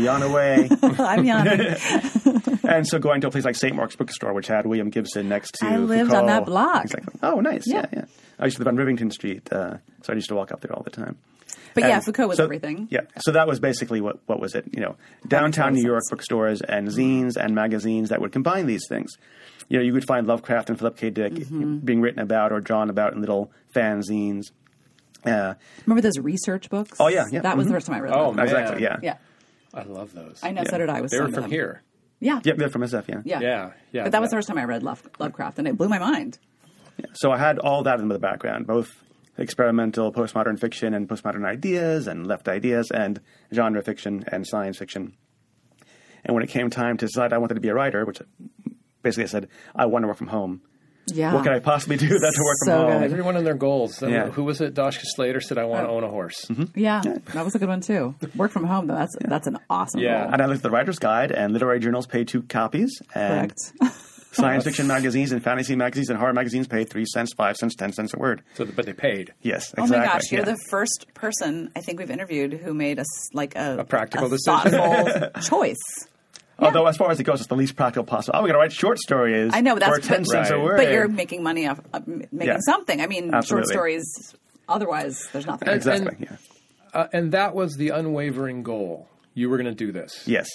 [SPEAKER 3] Yanaway.
[SPEAKER 2] I'm young.
[SPEAKER 3] and so going to a place like St. Mark's Bookstore, which had William Gibson next to
[SPEAKER 2] I lived on
[SPEAKER 3] Foucault.
[SPEAKER 2] that block.
[SPEAKER 3] Exactly. Oh, nice. Yeah.
[SPEAKER 2] Yeah.
[SPEAKER 3] yeah, I used to live on Rivington Street, uh, so I used to walk up there all the time.
[SPEAKER 2] But yeah,
[SPEAKER 3] And
[SPEAKER 2] Foucault was
[SPEAKER 3] so-
[SPEAKER 2] everything.
[SPEAKER 3] Yeah. So that was basically what, what was it? You know, downtown
[SPEAKER 2] makes a
[SPEAKER 3] New
[SPEAKER 2] lot
[SPEAKER 3] York
[SPEAKER 2] of sense.
[SPEAKER 3] bookstores and zines and magazines that would combine these things. You know, you would find Lovecraft and Philip K. Dick
[SPEAKER 2] Mm-hmm.
[SPEAKER 3] being written about or drawn about in little fanzines. Uh,
[SPEAKER 2] Remember those research books?
[SPEAKER 3] Oh, yeah, yeah.
[SPEAKER 2] That was the
[SPEAKER 3] Mhm.
[SPEAKER 2] first time I read
[SPEAKER 1] Oh,
[SPEAKER 2] them.
[SPEAKER 1] man.
[SPEAKER 3] Exactly. Yeah.
[SPEAKER 2] Yeah.
[SPEAKER 1] I love those.
[SPEAKER 2] I know, so did I. with
[SPEAKER 1] They were
[SPEAKER 2] some of
[SPEAKER 1] from
[SPEAKER 2] them.
[SPEAKER 1] here.
[SPEAKER 2] Yeah.
[SPEAKER 3] Yep, they're from SF, yeah.
[SPEAKER 2] Yeah.
[SPEAKER 1] Yeah, yeah.
[SPEAKER 2] But that was the first time I read Love, Lovecraft, and it blew my mind.
[SPEAKER 3] So I had all that in the background, both experimental postmodern fiction and postmodern ideas and left ideas and genre fiction and science fiction. And when it came time to decide I wanted to be a writer, which basically I said, I want to work from home.
[SPEAKER 2] Yeah.
[SPEAKER 3] What can I possibly do that to work from
[SPEAKER 2] So
[SPEAKER 3] home?
[SPEAKER 2] good.
[SPEAKER 1] Everyone and their goals.
[SPEAKER 3] Yeah. Mm-hmm.
[SPEAKER 1] Who was it? Doshka Slater said, "I
[SPEAKER 2] Oh.
[SPEAKER 1] want to own a horse."
[SPEAKER 2] Yeah, that was a good one too. Work from home though, that's that's an awesome.
[SPEAKER 1] Yeah.
[SPEAKER 2] rule.
[SPEAKER 3] And I looked at the writer's guide, and literary journals paid two copies, and
[SPEAKER 2] correct.
[SPEAKER 3] science fiction magazines and fantasy magazines and horror magazines paid three cents, five cents, ten cents a word.
[SPEAKER 1] So, but they paid.
[SPEAKER 3] Yes,
[SPEAKER 2] Oh
[SPEAKER 3] exactly.
[SPEAKER 2] my gosh, you're
[SPEAKER 3] yeah.
[SPEAKER 2] the first person I think we've interviewed who made us like a,
[SPEAKER 1] practical decision.
[SPEAKER 2] thoughtful choice.
[SPEAKER 3] Although, as far as it goes, it's the least practical possible. I'm going to write short stories.
[SPEAKER 2] I know, but that's
[SPEAKER 3] for ten
[SPEAKER 2] but,
[SPEAKER 3] cents a
[SPEAKER 1] Right.
[SPEAKER 3] word.
[SPEAKER 2] But you're making money off of m- making
[SPEAKER 3] Yeah.
[SPEAKER 2] something. I mean, short
[SPEAKER 3] Absolutely.
[SPEAKER 2] stories. Otherwise, there's nothing.
[SPEAKER 3] exactly. yeah.
[SPEAKER 1] Uh, and that was the unwavering goal. You were going to do this.
[SPEAKER 3] Yes.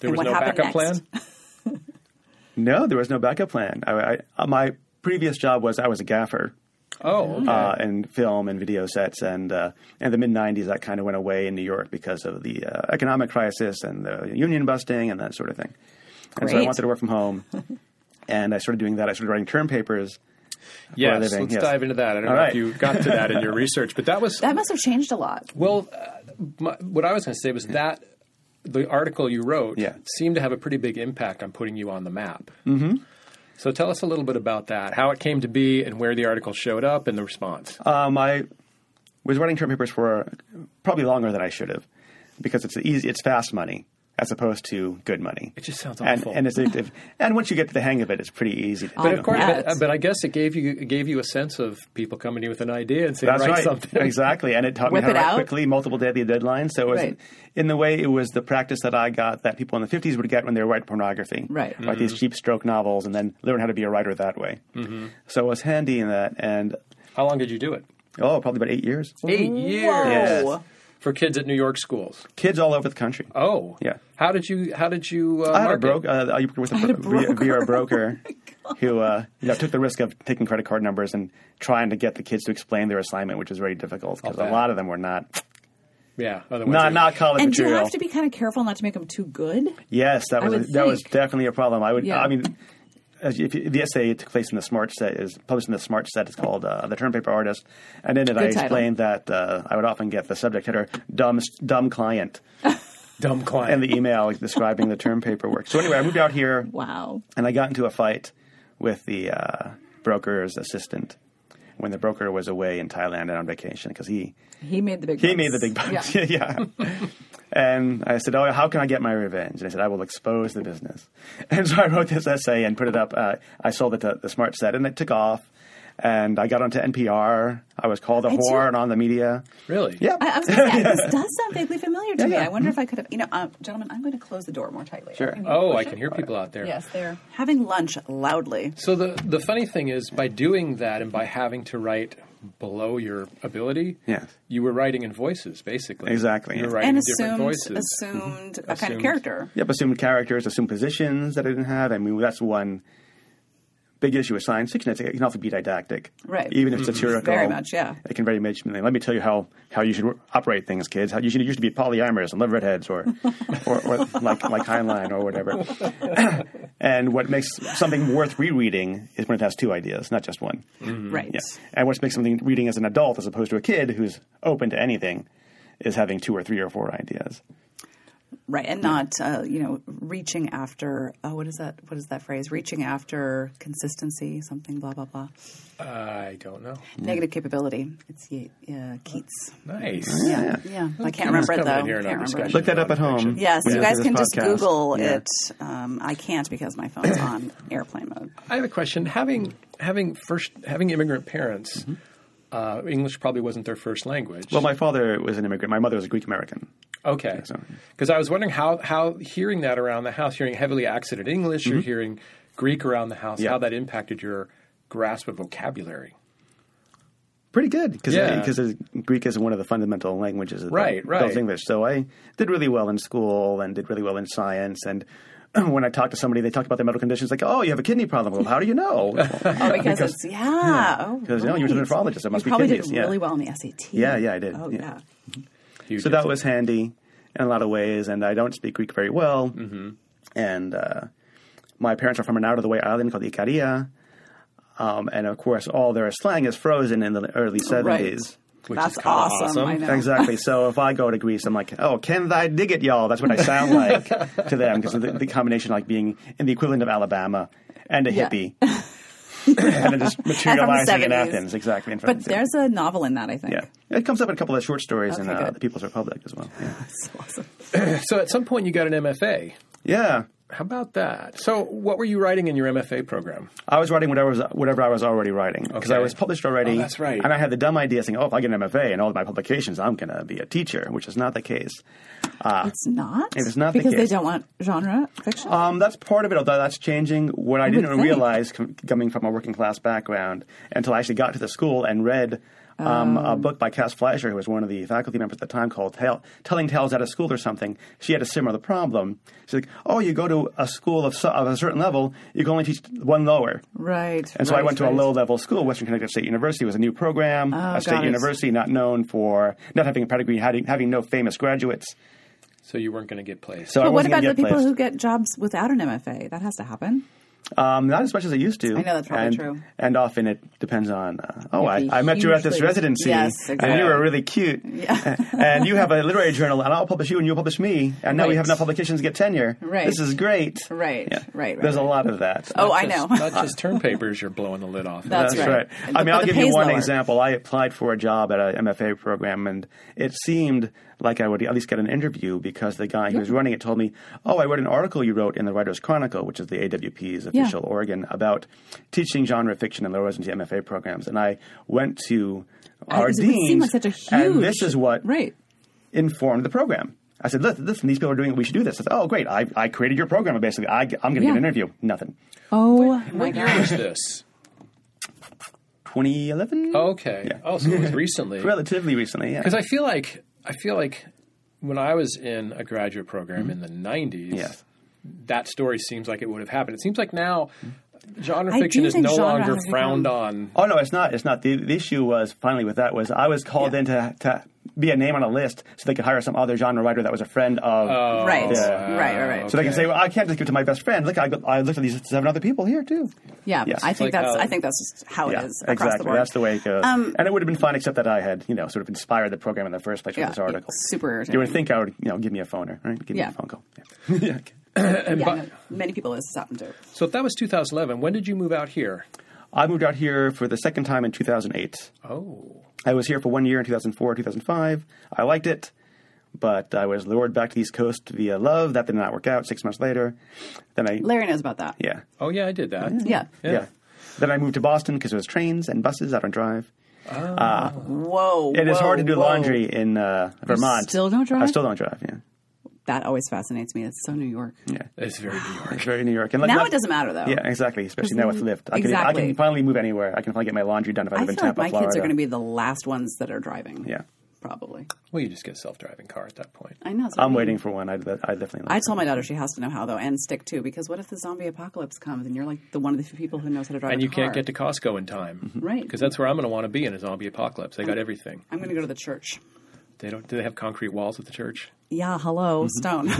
[SPEAKER 1] There
[SPEAKER 2] And
[SPEAKER 1] was
[SPEAKER 2] what
[SPEAKER 1] no
[SPEAKER 2] happened
[SPEAKER 1] backup
[SPEAKER 2] next?
[SPEAKER 1] plan.
[SPEAKER 3] No, there was no backup plan. I, I, uh, my previous job was I was a gaffer
[SPEAKER 1] Oh,
[SPEAKER 2] Mm-hmm.
[SPEAKER 1] okay.
[SPEAKER 3] uh, in film and video sets, and uh, in the mid '90s that kind of went away in New York because of the uh, economic crisis and the union busting and that sort of thing. And so I
[SPEAKER 2] Great.
[SPEAKER 3] wanted to work from home, and I started doing that. I started writing term papers.
[SPEAKER 1] yes.
[SPEAKER 3] living,
[SPEAKER 1] Let's
[SPEAKER 3] yes.
[SPEAKER 1] dive into that. I don't
[SPEAKER 3] All
[SPEAKER 1] know if
[SPEAKER 3] right.
[SPEAKER 1] you got to that in your research, but that was
[SPEAKER 2] That must have changed a lot.
[SPEAKER 1] Well, uh, my, what I was going to say was that the article you wrote
[SPEAKER 3] Yeah.
[SPEAKER 1] seemed to have a pretty big impact on putting you on the map. Mm-hmm. So tell us a little bit about that, how it came to be, and where the article showed up, and the response.
[SPEAKER 3] Um, I was writing term papers for probably longer than I should have because it's easy, it's fast money as opposed to good money.
[SPEAKER 1] it just sounds
[SPEAKER 3] and,
[SPEAKER 1] awful.
[SPEAKER 3] and it's addictive. and once you get to the hang of it, it's pretty easy. To
[SPEAKER 1] but
[SPEAKER 3] do.
[SPEAKER 1] of course,
[SPEAKER 2] Yeah,
[SPEAKER 1] but, uh,
[SPEAKER 2] it's-
[SPEAKER 1] but I guess it gave you it gave you a sense of people coming to you with an idea and saying
[SPEAKER 3] That's
[SPEAKER 1] write
[SPEAKER 3] right.
[SPEAKER 1] something.
[SPEAKER 3] Exactly. And it taught
[SPEAKER 2] Whip
[SPEAKER 3] me how
[SPEAKER 2] it
[SPEAKER 3] to write
[SPEAKER 2] out.
[SPEAKER 3] quickly, multiple daily deadlines. So it was,
[SPEAKER 2] Right.
[SPEAKER 3] in the way, it was the practice that I got that people in the 50s would get when they were writing pornography.
[SPEAKER 2] Right.
[SPEAKER 3] Write
[SPEAKER 1] Mm-hmm.
[SPEAKER 3] these cheap stroke novels and then learn how to be a writer that way. So it was handy in that. And,
[SPEAKER 1] How long did you do it?
[SPEAKER 3] oh, probably about eight years.
[SPEAKER 1] Eight
[SPEAKER 2] Whoa.
[SPEAKER 1] years.
[SPEAKER 3] Yes.
[SPEAKER 1] for kids at New York schools.
[SPEAKER 3] Kids all over the country.
[SPEAKER 1] Oh,
[SPEAKER 3] Yeah.
[SPEAKER 1] How did you? How did you? Uh,
[SPEAKER 3] I had a
[SPEAKER 1] market?
[SPEAKER 3] broker. Uh, I worked with a,
[SPEAKER 2] had a
[SPEAKER 3] bro- via- via a
[SPEAKER 2] broker. Oh
[SPEAKER 3] broker who uh, you know, took the risk of taking credit card numbers and trying to get the kids to explain their assignment, which is very difficult because a
[SPEAKER 1] bet.
[SPEAKER 3] lot of them were not
[SPEAKER 1] Yeah. Otherwise,
[SPEAKER 3] not
[SPEAKER 1] it-
[SPEAKER 3] not college
[SPEAKER 2] And do you
[SPEAKER 3] material.
[SPEAKER 2] have to be kind of careful not to make them too good?
[SPEAKER 3] yes, that was a,
[SPEAKER 2] would
[SPEAKER 3] that was
[SPEAKER 2] think.
[SPEAKER 3] definitely a problem. I would.
[SPEAKER 2] Yeah.
[SPEAKER 3] I mean, as you- if you, the essay took place in the smart set is published in the smart set. It's called uh, the term paper artist, and in it I
[SPEAKER 2] title.
[SPEAKER 3] explained that uh, I would often get the subject header dumb dumb client
[SPEAKER 1] dumb client.
[SPEAKER 3] and the email describing the term paperwork. So anyway, I moved out here.
[SPEAKER 2] Wow.
[SPEAKER 3] And I got into a fight with the uh, broker's assistant when the broker was away in Thailand and on vacation because he
[SPEAKER 2] He made the big
[SPEAKER 3] he
[SPEAKER 2] bucks.
[SPEAKER 3] made the big bucks. Yeah. and I said, "Oh, how can I get my revenge?" And I said, "I will expose the business." And so I wrote this essay and put it up. Uh, I sold it to the Smart Set, and it took off. And I got onto NPR. I was called a
[SPEAKER 2] do-
[SPEAKER 3] whore and on the media.
[SPEAKER 1] really?
[SPEAKER 3] Yeah.
[SPEAKER 2] I, I was going to say, this does sound vaguely familiar to
[SPEAKER 3] Yeah,
[SPEAKER 2] me.
[SPEAKER 3] yeah.
[SPEAKER 2] I wonder if I could have, you know, um, gentlemen, I'm going to close the door more tightly.
[SPEAKER 3] Sure.
[SPEAKER 2] Can you
[SPEAKER 1] Oh, I
[SPEAKER 2] push
[SPEAKER 1] can
[SPEAKER 2] it?
[SPEAKER 1] hear people out there.
[SPEAKER 2] Yes, they're having lunch loudly.
[SPEAKER 1] So the the funny thing is, by doing that and by having to write below your ability,
[SPEAKER 3] Yes.
[SPEAKER 1] you were writing in voices basically.
[SPEAKER 3] Exactly,
[SPEAKER 1] you're
[SPEAKER 3] yeah.
[SPEAKER 1] writing
[SPEAKER 2] And
[SPEAKER 1] in different
[SPEAKER 2] assumed,
[SPEAKER 1] voices.
[SPEAKER 2] assumed a kind of
[SPEAKER 1] Assumed.
[SPEAKER 2] character.
[SPEAKER 3] Yep, assumed characters, assumed positions that I didn't have. I mean, that's one big issue with science fiction. It's- It can also be didactic,
[SPEAKER 2] Right. Mm-hmm.
[SPEAKER 3] Even if it's satirical,
[SPEAKER 2] Very much, yeah.
[SPEAKER 3] It can very much. Let me tell you how, how you should operate things, kids. How you should you should be polyamorous and live heads, or, or or like like Heinlein or whatever. and what makes something worth rereading is when it has two ideas, not just one.
[SPEAKER 2] Right.
[SPEAKER 3] Yeah. And what makes something reading as an adult, as opposed to a kid who's open to anything, is having two or three or four ideas.
[SPEAKER 2] Right. And not, uh, you know, reaching after, oh, what is that? What is that phrase? Reaching after consistency, something, blah, blah, blah.
[SPEAKER 1] I don't know.
[SPEAKER 2] Negative capability. It's Ye- uh, Keats.
[SPEAKER 1] Nice.
[SPEAKER 3] yeah.
[SPEAKER 2] Yeah. I can't remember
[SPEAKER 1] coming
[SPEAKER 2] it, though.
[SPEAKER 1] in here in our
[SPEAKER 2] Can't remember it.
[SPEAKER 1] discussion.
[SPEAKER 3] Look that up at home.
[SPEAKER 2] Yes,
[SPEAKER 3] when
[SPEAKER 2] you
[SPEAKER 3] listen
[SPEAKER 2] guys
[SPEAKER 3] to
[SPEAKER 2] can
[SPEAKER 3] this
[SPEAKER 2] just
[SPEAKER 3] podcast.
[SPEAKER 2] Google
[SPEAKER 3] Yeah.
[SPEAKER 2] it. Um, I can't because my phone's on airplane mode.
[SPEAKER 1] I have a question. Having having first having immigrant parents, uh, English probably wasn't their first language.
[SPEAKER 3] Mm-hmm. Well, my father was an immigrant. My mother was a Greek American.
[SPEAKER 1] okay, because I was wondering how how hearing that around the house, hearing heavily accented English, you're hearing Greek around the house,
[SPEAKER 3] Mm-hmm. Yeah.
[SPEAKER 1] how that impacted your grasp of vocabulary.
[SPEAKER 3] Pretty good because
[SPEAKER 1] Yeah.
[SPEAKER 3] Greek is one of the fundamental languages that
[SPEAKER 1] Right,
[SPEAKER 3] builds
[SPEAKER 1] right.
[SPEAKER 3] English. So I did really well in school and did really well in science. And when I talked to somebody, they talked about their medical conditions, like, "Oh, you have a kidney problem." Well, how do you know?
[SPEAKER 2] Oh, because, it's yeah. Oh,
[SPEAKER 3] Because, you know, you're a
[SPEAKER 2] right.
[SPEAKER 3] nephrologist, it must
[SPEAKER 2] you
[SPEAKER 3] be
[SPEAKER 2] probably
[SPEAKER 3] kidneys,
[SPEAKER 2] did
[SPEAKER 3] yeah.
[SPEAKER 2] really well on the SAT.
[SPEAKER 3] Yeah, yeah, I did,
[SPEAKER 2] Oh,
[SPEAKER 3] yeah.
[SPEAKER 2] yeah.
[SPEAKER 1] Huge
[SPEAKER 3] so that was handy in a lot of ways. And I don't speak Greek very well. Mm-hmm. And uh, my parents are from an out-of-the-way island called Ikaria. Um, and of course, all their slang is frozen in the early
[SPEAKER 2] Right.
[SPEAKER 3] seventies.
[SPEAKER 1] Which is
[SPEAKER 2] That's
[SPEAKER 1] kinda
[SPEAKER 2] awesome.
[SPEAKER 1] awesome.
[SPEAKER 2] I know.
[SPEAKER 3] Exactly. So if I go to Greece, I'm like, oh, can thy dig it, y'all? That's what I sound like to them because the, the combination like being in the equivalent of Alabama and a
[SPEAKER 2] Yeah.
[SPEAKER 3] hippie, and then just materializing in
[SPEAKER 2] 70s.
[SPEAKER 3] Athens, exactly. In
[SPEAKER 2] But
[SPEAKER 3] front
[SPEAKER 2] there's a novel in that, I think.
[SPEAKER 3] yeah, it comes up in a couple of the short stories in
[SPEAKER 2] Okay,
[SPEAKER 3] uh,
[SPEAKER 2] good.
[SPEAKER 3] the People's Republic as well. Yeah.
[SPEAKER 2] That's awesome.
[SPEAKER 1] So at some point you got an MFA.
[SPEAKER 3] yeah,
[SPEAKER 1] How about that? So what were you writing in your MFA program?
[SPEAKER 3] I was writing whatever was, whatever I was already writing because I
[SPEAKER 1] Okay.
[SPEAKER 3] was published already.
[SPEAKER 1] Oh, that's right.
[SPEAKER 3] And I had the dumb idea saying, oh, if I get an MFA in all of my publications, I'm going to be a teacher, which is not the case.
[SPEAKER 2] It's not.
[SPEAKER 3] It is not the
[SPEAKER 2] because
[SPEAKER 3] case.
[SPEAKER 2] they don't want genre fiction.
[SPEAKER 3] Um, that's part of it, although that's changing. What I didn't
[SPEAKER 2] think.
[SPEAKER 3] realize com- coming from a working class background until I actually got to the school and read um,
[SPEAKER 1] Oh.
[SPEAKER 3] a book by Cass Fleischer, who was one of the faculty members at the time, called Tell- Telling Tales Out of School or something. She had a similar problem. She's like, oh, you go to a school of, so- of a certain level, you can only teach one lower.
[SPEAKER 2] right.
[SPEAKER 3] And so I
[SPEAKER 2] right,
[SPEAKER 3] went to
[SPEAKER 2] right.
[SPEAKER 3] a low level school, Western Connecticut State University. It was a new program, a state
[SPEAKER 2] got it.
[SPEAKER 3] university not known for not having a pedigree, having, having no famous graduates.
[SPEAKER 1] So you weren't going to get placed.
[SPEAKER 3] So I
[SPEAKER 2] But what
[SPEAKER 3] wasn't
[SPEAKER 2] about
[SPEAKER 3] gonna
[SPEAKER 2] the
[SPEAKER 3] get
[SPEAKER 2] people
[SPEAKER 3] placed.
[SPEAKER 2] who get jobs without an MFA? That has to happen.
[SPEAKER 3] Um, not as much as I used to.
[SPEAKER 2] I know that's probably
[SPEAKER 3] and,
[SPEAKER 2] true.
[SPEAKER 3] And often it depends on. Uh, oh,
[SPEAKER 2] You'd
[SPEAKER 3] I,
[SPEAKER 2] be
[SPEAKER 3] I met you at this
[SPEAKER 2] hugely-
[SPEAKER 3] residency,
[SPEAKER 2] Yes,
[SPEAKER 3] and
[SPEAKER 2] exactly.
[SPEAKER 3] you were really cute. and you have a literary journal, and I'll publish you, and you'll publish me, and now we
[SPEAKER 2] Right.
[SPEAKER 3] have enough publications to get tenure.
[SPEAKER 2] Right.
[SPEAKER 3] This is great.
[SPEAKER 2] Right, right, right,
[SPEAKER 3] There's a lot of that.
[SPEAKER 2] Oh, I know.
[SPEAKER 1] Just- Not just term papers you're blowing the lid off. of.
[SPEAKER 2] That's
[SPEAKER 3] That's
[SPEAKER 2] right.
[SPEAKER 3] right.
[SPEAKER 2] And
[SPEAKER 3] I
[SPEAKER 2] the-
[SPEAKER 3] mean,
[SPEAKER 2] but
[SPEAKER 3] I'll
[SPEAKER 2] the
[SPEAKER 3] give you
[SPEAKER 2] pay's
[SPEAKER 3] one
[SPEAKER 2] lower.
[SPEAKER 3] example. I applied for a job at a MFA program, and it seemed like I would at least get an interview because the guy who was running it told me, "Oh, I read an article you wrote in the Writers Chronicle, which is the AWP's official organ, about teaching genre fiction in low residency MFA programs." And I went to our
[SPEAKER 2] Because it would seem
[SPEAKER 3] deans,
[SPEAKER 2] like such a huge.
[SPEAKER 3] and this is what
[SPEAKER 2] Right.
[SPEAKER 3] informed the program. I said, "Listen, listen, these people are doing it. We should do this." I said, "Oh, great! I, I created your program. Basically, I, am going to
[SPEAKER 2] Yeah.
[SPEAKER 3] get an interview. Nothing.
[SPEAKER 2] Oh my
[SPEAKER 1] What year
[SPEAKER 2] god.
[SPEAKER 1] was this?
[SPEAKER 3] 2011,
[SPEAKER 1] Okay. Oh, so it was recently.
[SPEAKER 3] relatively recently. Yeah.
[SPEAKER 1] Because I feel like I feel like when I was in a graduate program in the 90s,
[SPEAKER 3] Yes.
[SPEAKER 1] that story seems like it would have happened. It seems like now genre
[SPEAKER 2] I do
[SPEAKER 1] fiction is
[SPEAKER 2] think
[SPEAKER 1] no
[SPEAKER 2] genre
[SPEAKER 1] longer
[SPEAKER 2] has become-
[SPEAKER 1] frowned on.
[SPEAKER 3] Oh no, it's not. It's not. The, the issue was finally with that was I was called
[SPEAKER 2] Yeah.
[SPEAKER 3] in to to be a name on a list so they could hire some other genre writer that was a friend of.
[SPEAKER 2] right.
[SPEAKER 3] Oh. yeah.
[SPEAKER 2] right, right, right.
[SPEAKER 3] so they can say, well, I can't just give it to my best friend. Look, I, got- I looked at these seven other people here too.
[SPEAKER 2] yeah,
[SPEAKER 3] Yes.
[SPEAKER 2] I think
[SPEAKER 1] Like
[SPEAKER 2] that's
[SPEAKER 1] how-
[SPEAKER 2] I think that's just how it is across
[SPEAKER 3] exactly.
[SPEAKER 2] the board. Um,
[SPEAKER 3] That's the way it goes. and it would have been fun, except that I had, you know, sort of inspired the program in the first place
[SPEAKER 2] Yeah,
[SPEAKER 3] with this article.
[SPEAKER 2] it's super irritating.
[SPEAKER 3] You would think I would, you know, give me a phoner, right? Give
[SPEAKER 2] Yeah.
[SPEAKER 3] me a phone call. Yeah. Yeah.
[SPEAKER 2] yeah,
[SPEAKER 1] but-
[SPEAKER 2] no, many people this has happened to.
[SPEAKER 1] So if that was 2011, when did you move out here?
[SPEAKER 3] I moved out here for the second time in 2008.
[SPEAKER 1] Oh.
[SPEAKER 3] I was here for one year in 2004, 2005. I liked it, but I was lured back to the East Coast via love. That did not work out. Six months later, then I
[SPEAKER 2] Larry knows about that.
[SPEAKER 3] yeah
[SPEAKER 1] Oh yeah, I did that.
[SPEAKER 2] Yeah.
[SPEAKER 3] yeah. Then I moved to Boston because there was trains and buses. I don't drive.
[SPEAKER 2] Whoa.
[SPEAKER 3] It is
[SPEAKER 2] whoa,
[SPEAKER 3] hard to do
[SPEAKER 2] whoa.
[SPEAKER 3] laundry in uh, Vermont.
[SPEAKER 2] still don't drive?
[SPEAKER 3] I still don't drive. Yeah,
[SPEAKER 2] That always fascinates me. It's so New York.
[SPEAKER 3] yeah.
[SPEAKER 1] It's very New York.
[SPEAKER 3] It's very New York. And like
[SPEAKER 2] Now
[SPEAKER 3] not-
[SPEAKER 2] it doesn't matter though.
[SPEAKER 3] Yeah, exactly. Especially now with Lyft, I can, I
[SPEAKER 2] Exactly.
[SPEAKER 3] can finally move anywhere. I can finally get my laundry done if I
[SPEAKER 2] I
[SPEAKER 3] live
[SPEAKER 2] feel
[SPEAKER 3] in
[SPEAKER 2] like
[SPEAKER 3] Tampa,
[SPEAKER 2] my
[SPEAKER 3] Florida.
[SPEAKER 2] kids are going to be the last ones that are driving.
[SPEAKER 3] Yeah,
[SPEAKER 2] Probably.
[SPEAKER 1] Well, you just get a self-driving car at that point.
[SPEAKER 2] I know. that's what
[SPEAKER 3] I'm
[SPEAKER 2] I mean.
[SPEAKER 3] waiting for one. I, I definitely.
[SPEAKER 2] I told my daughter she has to know how though, and stick to because what if the zombie apocalypse comes and you're like the one of the few people who knows how to drive?
[SPEAKER 1] And
[SPEAKER 2] a
[SPEAKER 1] you can't
[SPEAKER 2] car?
[SPEAKER 1] get to Costco in time.
[SPEAKER 2] Right.
[SPEAKER 1] Because that's where I'm going to want to be in a zombie apocalypse. They got everything.
[SPEAKER 2] I'm going to go to the church.
[SPEAKER 1] They don't. Do they have concrete walls at the church?
[SPEAKER 2] Yeah,
[SPEAKER 3] Mm-hmm.
[SPEAKER 2] hello, stone.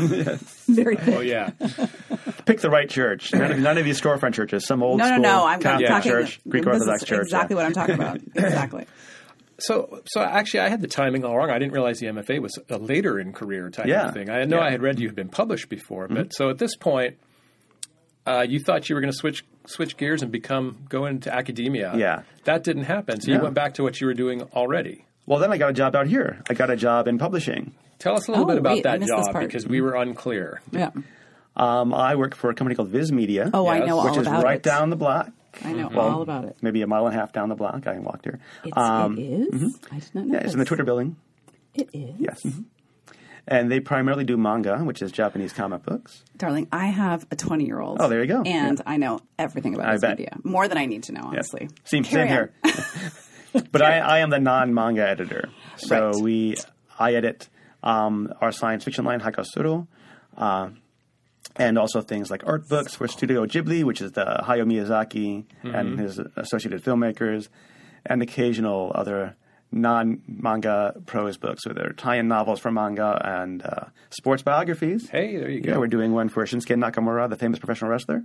[SPEAKER 2] Very thick.
[SPEAKER 1] Oh yeah.
[SPEAKER 3] pick the right church. None of, none of these storefront churches. Some old
[SPEAKER 2] No, no,
[SPEAKER 3] school
[SPEAKER 2] no. I'm, I'm
[SPEAKER 3] Catholic
[SPEAKER 2] talking
[SPEAKER 3] church, Greek
[SPEAKER 2] this is
[SPEAKER 3] Orthodox church.
[SPEAKER 2] Exactly
[SPEAKER 3] yeah.
[SPEAKER 2] what I'm talking about. Exactly.
[SPEAKER 1] So, so actually, I had the timing all wrong. I didn't realize the MFA was a later in career type
[SPEAKER 3] Yeah.
[SPEAKER 1] of thing. I know
[SPEAKER 3] Yeah. Mm-hmm.
[SPEAKER 1] I had read you had been published before, but so at this point, uh, you thought you were going to switch switch gears and become go into academia.
[SPEAKER 3] Yeah.
[SPEAKER 1] that didn't happen. So you
[SPEAKER 3] No.
[SPEAKER 1] went back to what you were doing already.
[SPEAKER 3] Well, then I got a job out here. I got a job in publishing.
[SPEAKER 1] Tell us a little
[SPEAKER 2] Oh,
[SPEAKER 1] bit about
[SPEAKER 2] wait, I
[SPEAKER 1] that
[SPEAKER 2] missed this
[SPEAKER 1] job
[SPEAKER 2] part.
[SPEAKER 1] because we were unclear.
[SPEAKER 2] Yeah.
[SPEAKER 3] Um, I work for a company called Viz Media,
[SPEAKER 2] Oh, I
[SPEAKER 1] Yes.
[SPEAKER 2] know
[SPEAKER 1] Which
[SPEAKER 2] all
[SPEAKER 3] which is
[SPEAKER 2] about
[SPEAKER 3] right
[SPEAKER 2] it.
[SPEAKER 3] down the block,
[SPEAKER 2] I know all about it.
[SPEAKER 3] maybe a mile and a half down the block. I walked here.
[SPEAKER 2] It's,
[SPEAKER 3] Um,
[SPEAKER 2] it is? I did not know.
[SPEAKER 3] yeah, it's in the
[SPEAKER 2] this.
[SPEAKER 3] Twitter building.
[SPEAKER 2] It is.
[SPEAKER 3] Yes. Mhm. And they primarily do manga, which is Japanese comic books.
[SPEAKER 2] Darling, I have a 20 year old.
[SPEAKER 3] Oh, there you go.
[SPEAKER 2] And I know everything about
[SPEAKER 3] I
[SPEAKER 2] this
[SPEAKER 3] bet.
[SPEAKER 2] media. More than I need to know, honestly.
[SPEAKER 3] Same,
[SPEAKER 2] Carry
[SPEAKER 3] same
[SPEAKER 2] on.
[SPEAKER 3] here. but I, I am the non manga editor. So
[SPEAKER 2] Right.
[SPEAKER 3] we I edit um, our science fiction line, Hakasuro, uh, and also things like art books for Studio Ghibli, which is the Hayao Miyazaki
[SPEAKER 2] Mm-hmm.
[SPEAKER 3] and his associated filmmakers, and occasional other non manga prose books, so there are tie in novels for manga and uh, sports biographies.
[SPEAKER 1] Hey, there you go.
[SPEAKER 3] Yeah, we're doing one for Shinsuke Nakamura, the famous professional wrestler.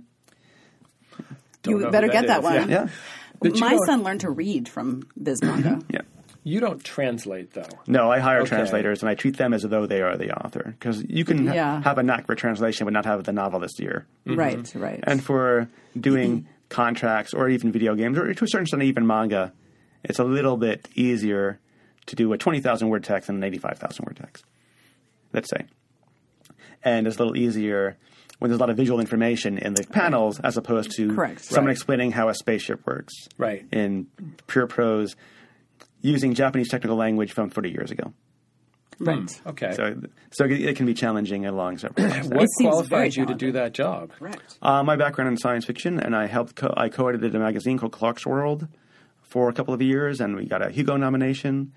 [SPEAKER 1] Don't know
[SPEAKER 2] You
[SPEAKER 1] who
[SPEAKER 2] better get
[SPEAKER 1] that
[SPEAKER 2] that
[SPEAKER 1] is.
[SPEAKER 2] one.
[SPEAKER 1] Yeah.
[SPEAKER 3] Yeah. Mm-hmm.
[SPEAKER 1] But you
[SPEAKER 2] My
[SPEAKER 1] don't-
[SPEAKER 2] son learned to read from this manga.
[SPEAKER 3] Yeah.
[SPEAKER 1] You don't translate though.
[SPEAKER 3] No, I hire
[SPEAKER 1] Okay.
[SPEAKER 3] translators and I treat them as though they are the author because you can ha-
[SPEAKER 2] Yeah.
[SPEAKER 3] have a knack for translation but not have the novelist ear.
[SPEAKER 2] Right, right.
[SPEAKER 3] Mm-hmm. And for doing contracts or even video games or to a certain extent even manga, it's a little bit easier to do a 20,000 word text than an 85,000 word text, let's say. And it's a little easier when there's a lot of visual information in the panels as opposed to
[SPEAKER 2] Correct.
[SPEAKER 3] someone
[SPEAKER 1] Right.
[SPEAKER 3] explaining how a spaceship works
[SPEAKER 1] Right.
[SPEAKER 3] in pure prose using Japanese technical language from 40 years ago.
[SPEAKER 2] right.
[SPEAKER 1] Okay.
[SPEAKER 3] So, so it it can be challenging along several lines.
[SPEAKER 1] what
[SPEAKER 2] seems very
[SPEAKER 1] qualified you to do
[SPEAKER 2] challenging.
[SPEAKER 1] that job?
[SPEAKER 2] Correct.
[SPEAKER 3] uh, my background in science fiction, and I helped. Co- I co-edited a magazine called Clark's World for a couple of years, and we got a Hugo nomination.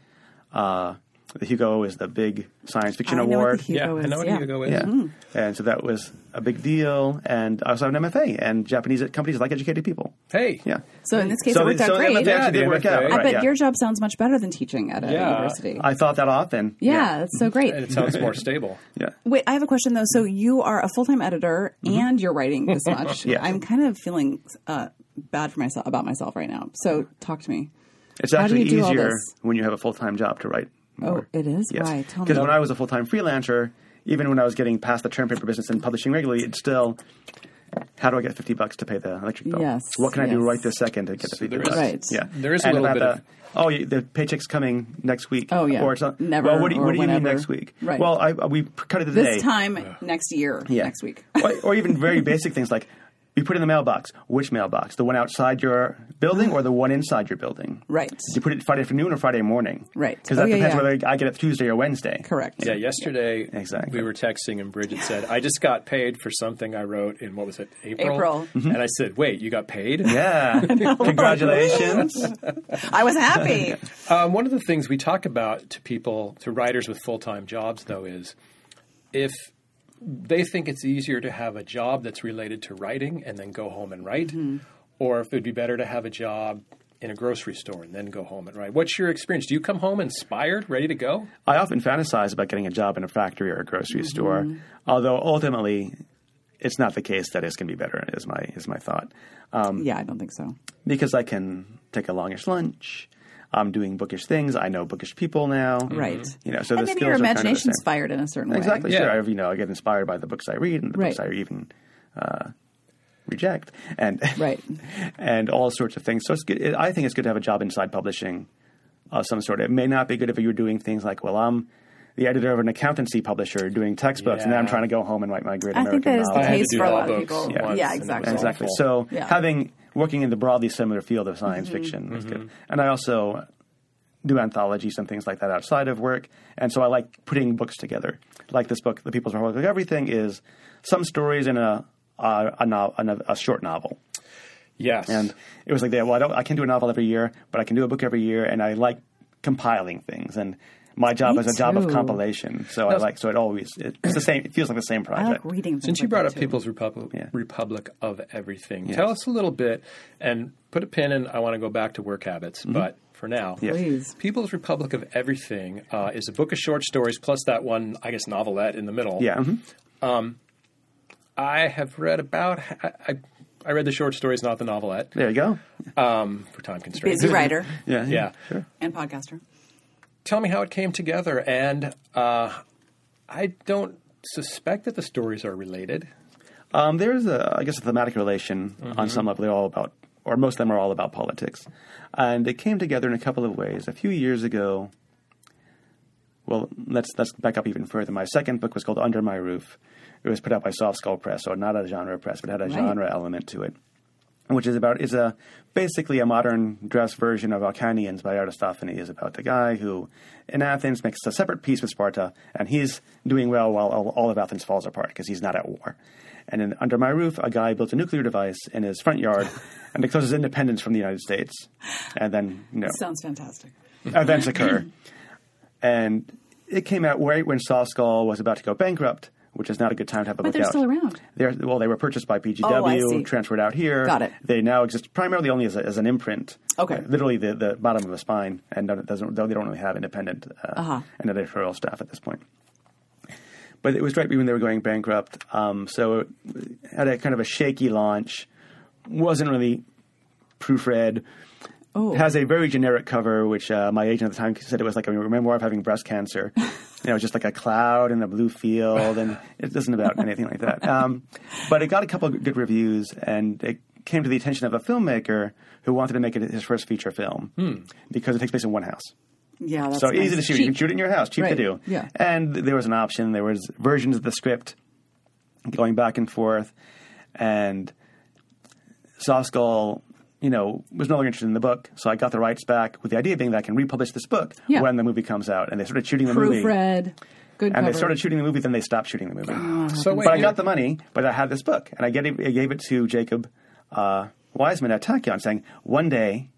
[SPEAKER 3] Uh, the Hugo is the big science fiction
[SPEAKER 2] I know what the
[SPEAKER 3] award.
[SPEAKER 2] Hugo
[SPEAKER 1] yeah, I know what
[SPEAKER 2] is, Mm-hmm. yeah.
[SPEAKER 1] Hugo is.
[SPEAKER 3] yeah, and so that was a big deal. And I also have an MFA, and Japanese companies like educated people.
[SPEAKER 1] Hey.
[SPEAKER 3] Yeah.
[SPEAKER 2] So in this case,
[SPEAKER 3] so
[SPEAKER 2] it worked
[SPEAKER 3] the,
[SPEAKER 2] out
[SPEAKER 3] so
[SPEAKER 2] great.
[SPEAKER 3] the MFA actually
[SPEAKER 1] Yeah,
[SPEAKER 3] did
[SPEAKER 1] the
[SPEAKER 3] work out.
[SPEAKER 1] MFA.
[SPEAKER 2] I
[SPEAKER 3] right,
[SPEAKER 2] bet
[SPEAKER 3] yeah.
[SPEAKER 2] your job sounds much better than teaching at a
[SPEAKER 1] Yeah. Mm-hmm.
[SPEAKER 2] university.
[SPEAKER 3] I thought that often.
[SPEAKER 2] yeah, that's so great.
[SPEAKER 1] And it sounds more stable.
[SPEAKER 3] Yeah.
[SPEAKER 2] Wait, I have a question though. So you are a full time editor and you're writing this much.
[SPEAKER 3] Mm-hmm. Yes.
[SPEAKER 2] I'm kind of feeling uh, bad for myself about myself right now. So talk to me.
[SPEAKER 3] It's
[SPEAKER 2] How do
[SPEAKER 3] actually
[SPEAKER 2] you do all
[SPEAKER 3] easier
[SPEAKER 2] this?
[SPEAKER 3] when you have a full time job to write.
[SPEAKER 2] Oh,
[SPEAKER 3] More.
[SPEAKER 2] it is
[SPEAKER 3] Yes.
[SPEAKER 2] why. Tell me.
[SPEAKER 3] Because when I was a full time freelancer, even when I was getting past the term paper business and publishing regularly, it's still how do I get fifty bucks to pay the electric bill?
[SPEAKER 2] Yes,
[SPEAKER 3] What can I do
[SPEAKER 2] yes.
[SPEAKER 3] right this second to get the fifty
[SPEAKER 1] there
[SPEAKER 3] bucks?
[SPEAKER 1] is-
[SPEAKER 2] Right.
[SPEAKER 3] Yeah.
[SPEAKER 1] there is a
[SPEAKER 3] And
[SPEAKER 1] little
[SPEAKER 3] about
[SPEAKER 1] bit of-
[SPEAKER 3] the, oh, you- the paycheck's coming next week.
[SPEAKER 2] Oh, yeah.
[SPEAKER 3] Or it's not,
[SPEAKER 2] Never
[SPEAKER 3] Well, what do you,
[SPEAKER 2] or
[SPEAKER 3] what do you mean
[SPEAKER 2] whenever.
[SPEAKER 3] next week?
[SPEAKER 2] Right.
[SPEAKER 3] Well, I, we cut it the
[SPEAKER 2] this
[SPEAKER 3] day.
[SPEAKER 2] time next year,
[SPEAKER 3] Uh, Yeah.
[SPEAKER 2] next week.
[SPEAKER 3] or, or even very basic things like You put it in the mailbox. Which mailbox? The one outside your building or the one inside your building?
[SPEAKER 2] Right.
[SPEAKER 3] You put it Friday afternoon or Friday morning?
[SPEAKER 2] Right.
[SPEAKER 3] Because
[SPEAKER 2] Oh,
[SPEAKER 3] that
[SPEAKER 2] yeah,
[SPEAKER 3] depends
[SPEAKER 2] yeah.
[SPEAKER 3] whether I get it Tuesday or Wednesday.
[SPEAKER 2] Correct.
[SPEAKER 1] Yeah, yesterday
[SPEAKER 3] Exactly.
[SPEAKER 1] we were texting and Bridget said, I just got paid for something I wrote in, what was it, April?
[SPEAKER 2] April.
[SPEAKER 1] And I said, wait, you got paid?
[SPEAKER 3] Mm-hmm. Yeah. Congratulations.
[SPEAKER 2] I was happy.
[SPEAKER 1] Um, one of the things we talk about to people, to writers with full time jobs, though, is if they think it's easier to have a job that's related to writing and then go home and write, or if it would be better to have a job in a grocery store and then go home and write. What's your experience? Do you come home inspired, ready to go?
[SPEAKER 3] I often fantasize about getting a job in a factory or a grocery store, although ultimately it's not the case that it's going to be better. Is my is my thought Um,
[SPEAKER 2] yeah, I don't think so.
[SPEAKER 3] because I can take a longish lunch. I'm doing bookish things. I know bookish people now.
[SPEAKER 2] Right.
[SPEAKER 3] You know, so the
[SPEAKER 2] And maybe
[SPEAKER 3] skills
[SPEAKER 2] your
[SPEAKER 3] are kind of the
[SPEAKER 2] imagination's
[SPEAKER 3] same.
[SPEAKER 2] fired in a certain way.
[SPEAKER 3] Exactly.
[SPEAKER 1] Yeah.
[SPEAKER 3] Sure. I, you know, I get inspired by the books I read and the books I
[SPEAKER 2] Right.
[SPEAKER 3] even uh, reject, and
[SPEAKER 2] Right.
[SPEAKER 3] and all sorts of things. So it's good. It, I think it's good to have a job inside publishing of some sort. It may not be good if you're doing things like, well, I'm the editor of an accountancy publisher doing textbooks, and then I'm
[SPEAKER 1] Yeah.
[SPEAKER 3] trying to go home and write my great
[SPEAKER 2] I
[SPEAKER 3] American
[SPEAKER 2] think that is the
[SPEAKER 3] novel.
[SPEAKER 1] I had to
[SPEAKER 2] case
[SPEAKER 1] do
[SPEAKER 2] for a
[SPEAKER 1] all
[SPEAKER 2] lot of
[SPEAKER 1] books
[SPEAKER 2] people.
[SPEAKER 1] once, and
[SPEAKER 2] Yeah,
[SPEAKER 1] it was
[SPEAKER 2] exactly.
[SPEAKER 1] awful.
[SPEAKER 3] Exactly. So
[SPEAKER 2] Yeah. Mm-hmm.
[SPEAKER 3] having working in the broadly similar field of science fiction is good. And I also do anthologies and things like that outside of work. And so I like putting books together. Like this book, The People's Republic of Everything, is some stories in a a, a, no, a, no- a short novel.
[SPEAKER 1] Yes.
[SPEAKER 3] And it was like, that, well, I, don't, I can't do a novel every year, but I can do a book every year. And I like compiling things. And my job
[SPEAKER 2] Me
[SPEAKER 3] is a job of
[SPEAKER 2] too.
[SPEAKER 3] compilation. So I like, so it always, it's the same, it feels like the same
[SPEAKER 2] I like
[SPEAKER 3] project.
[SPEAKER 2] reading. things
[SPEAKER 1] Since you
[SPEAKER 2] like
[SPEAKER 1] brought
[SPEAKER 2] that,
[SPEAKER 1] up
[SPEAKER 2] too.
[SPEAKER 1] People's Republic,
[SPEAKER 3] Yeah.
[SPEAKER 1] Republic of Everything, tell us a little bit and put a pin in. I want to go back to work habits,
[SPEAKER 3] Mm-hmm.
[SPEAKER 1] but for now,
[SPEAKER 2] Please.
[SPEAKER 1] People's Republic of Everything uh, is a book of short stories plus that one, I guess, novelette in the middle.
[SPEAKER 3] Yeah. mhm.
[SPEAKER 1] I have read about. I, I, I read the short stories, not the novelette,
[SPEAKER 3] There you go.
[SPEAKER 1] for time constraints.
[SPEAKER 2] Busy writer
[SPEAKER 3] Yeah.
[SPEAKER 1] Yeah.
[SPEAKER 2] and podcaster.
[SPEAKER 1] Tell me how it came together, and uh, I don't suspect that the stories are related.
[SPEAKER 3] Um, there's a, I guess, a thematic relation on some level. They're all about, or most of them are all about politics, and they came together in a couple of ways. A few years ago, well, let's let's back up even further. My second book was called Under My Roof. It was put out by Soft Skull Press, so not a genre press, but had a genre element to it, which is about is a basically a modern dress version of Alcanians by Aristophanes, is about the guy who in Athens makes a separate peace with Sparta, and he's doing well while all, all of Athens falls apart because he's not at war. And in, under my roof, a guy built a nuclear device in his front yard and declares his independence from the United States, and then you know
[SPEAKER 2] Sounds fantastic.
[SPEAKER 3] events occur. And it came out right when Soft Skull was about to go bankrupt, which is not a good time to have a
[SPEAKER 2] But
[SPEAKER 3] book
[SPEAKER 2] they're
[SPEAKER 3] out.
[SPEAKER 2] still around.
[SPEAKER 3] They're, well, they were purchased by
[SPEAKER 2] Oh, I
[SPEAKER 3] PGW,
[SPEAKER 2] see.
[SPEAKER 3] transferred out here.
[SPEAKER 2] Got it.
[SPEAKER 3] They now exist primarily only as, a, as an imprint.
[SPEAKER 2] Okay.
[SPEAKER 3] Uh, literally the, the bottom of a spine, and don't- it doesn't, though they don't really have independent uh,
[SPEAKER 2] Uh-huh.
[SPEAKER 3] and editorial staff at this point. But it was right when they were going bankrupt, um, so it had a kind of a shaky launch. Wasn't really proofread.
[SPEAKER 2] Oh.
[SPEAKER 3] It has a very generic cover, which uh, my agent at the time said it was like a memoir of having breast cancer. you know, just like a cloud in a blue field, and it isn't about anything like that. Um, but it got a couple of good reviews, and it came to the attention of a filmmaker who wanted to make it his first feature film because it takes place in one house.
[SPEAKER 2] Yeah, that's
[SPEAKER 3] So
[SPEAKER 2] nice.
[SPEAKER 3] easy to shoot. You
[SPEAKER 2] Cheap.
[SPEAKER 3] can shoot it in your house. Cheap to
[SPEAKER 2] Right.
[SPEAKER 3] do.
[SPEAKER 2] Yeah.
[SPEAKER 3] And there was an option. There was versions of the script going back and forth, and Soft Skull, you know, was no longer interested in the book. So I got the rights back with the idea being that I can republish this book
[SPEAKER 2] Yeah.
[SPEAKER 3] when the movie comes out. And they started shooting the movie.
[SPEAKER 2] proofread. Good
[SPEAKER 3] And
[SPEAKER 2] cover.
[SPEAKER 3] they started shooting the movie, then they stopped shooting the movie.
[SPEAKER 1] So wait,
[SPEAKER 3] Uh-huh. but I
[SPEAKER 1] you-
[SPEAKER 3] got the money, but I had this book, and I gave it, I gave it to Jacob uh, Wiseman at Tachyon, saying, "One day,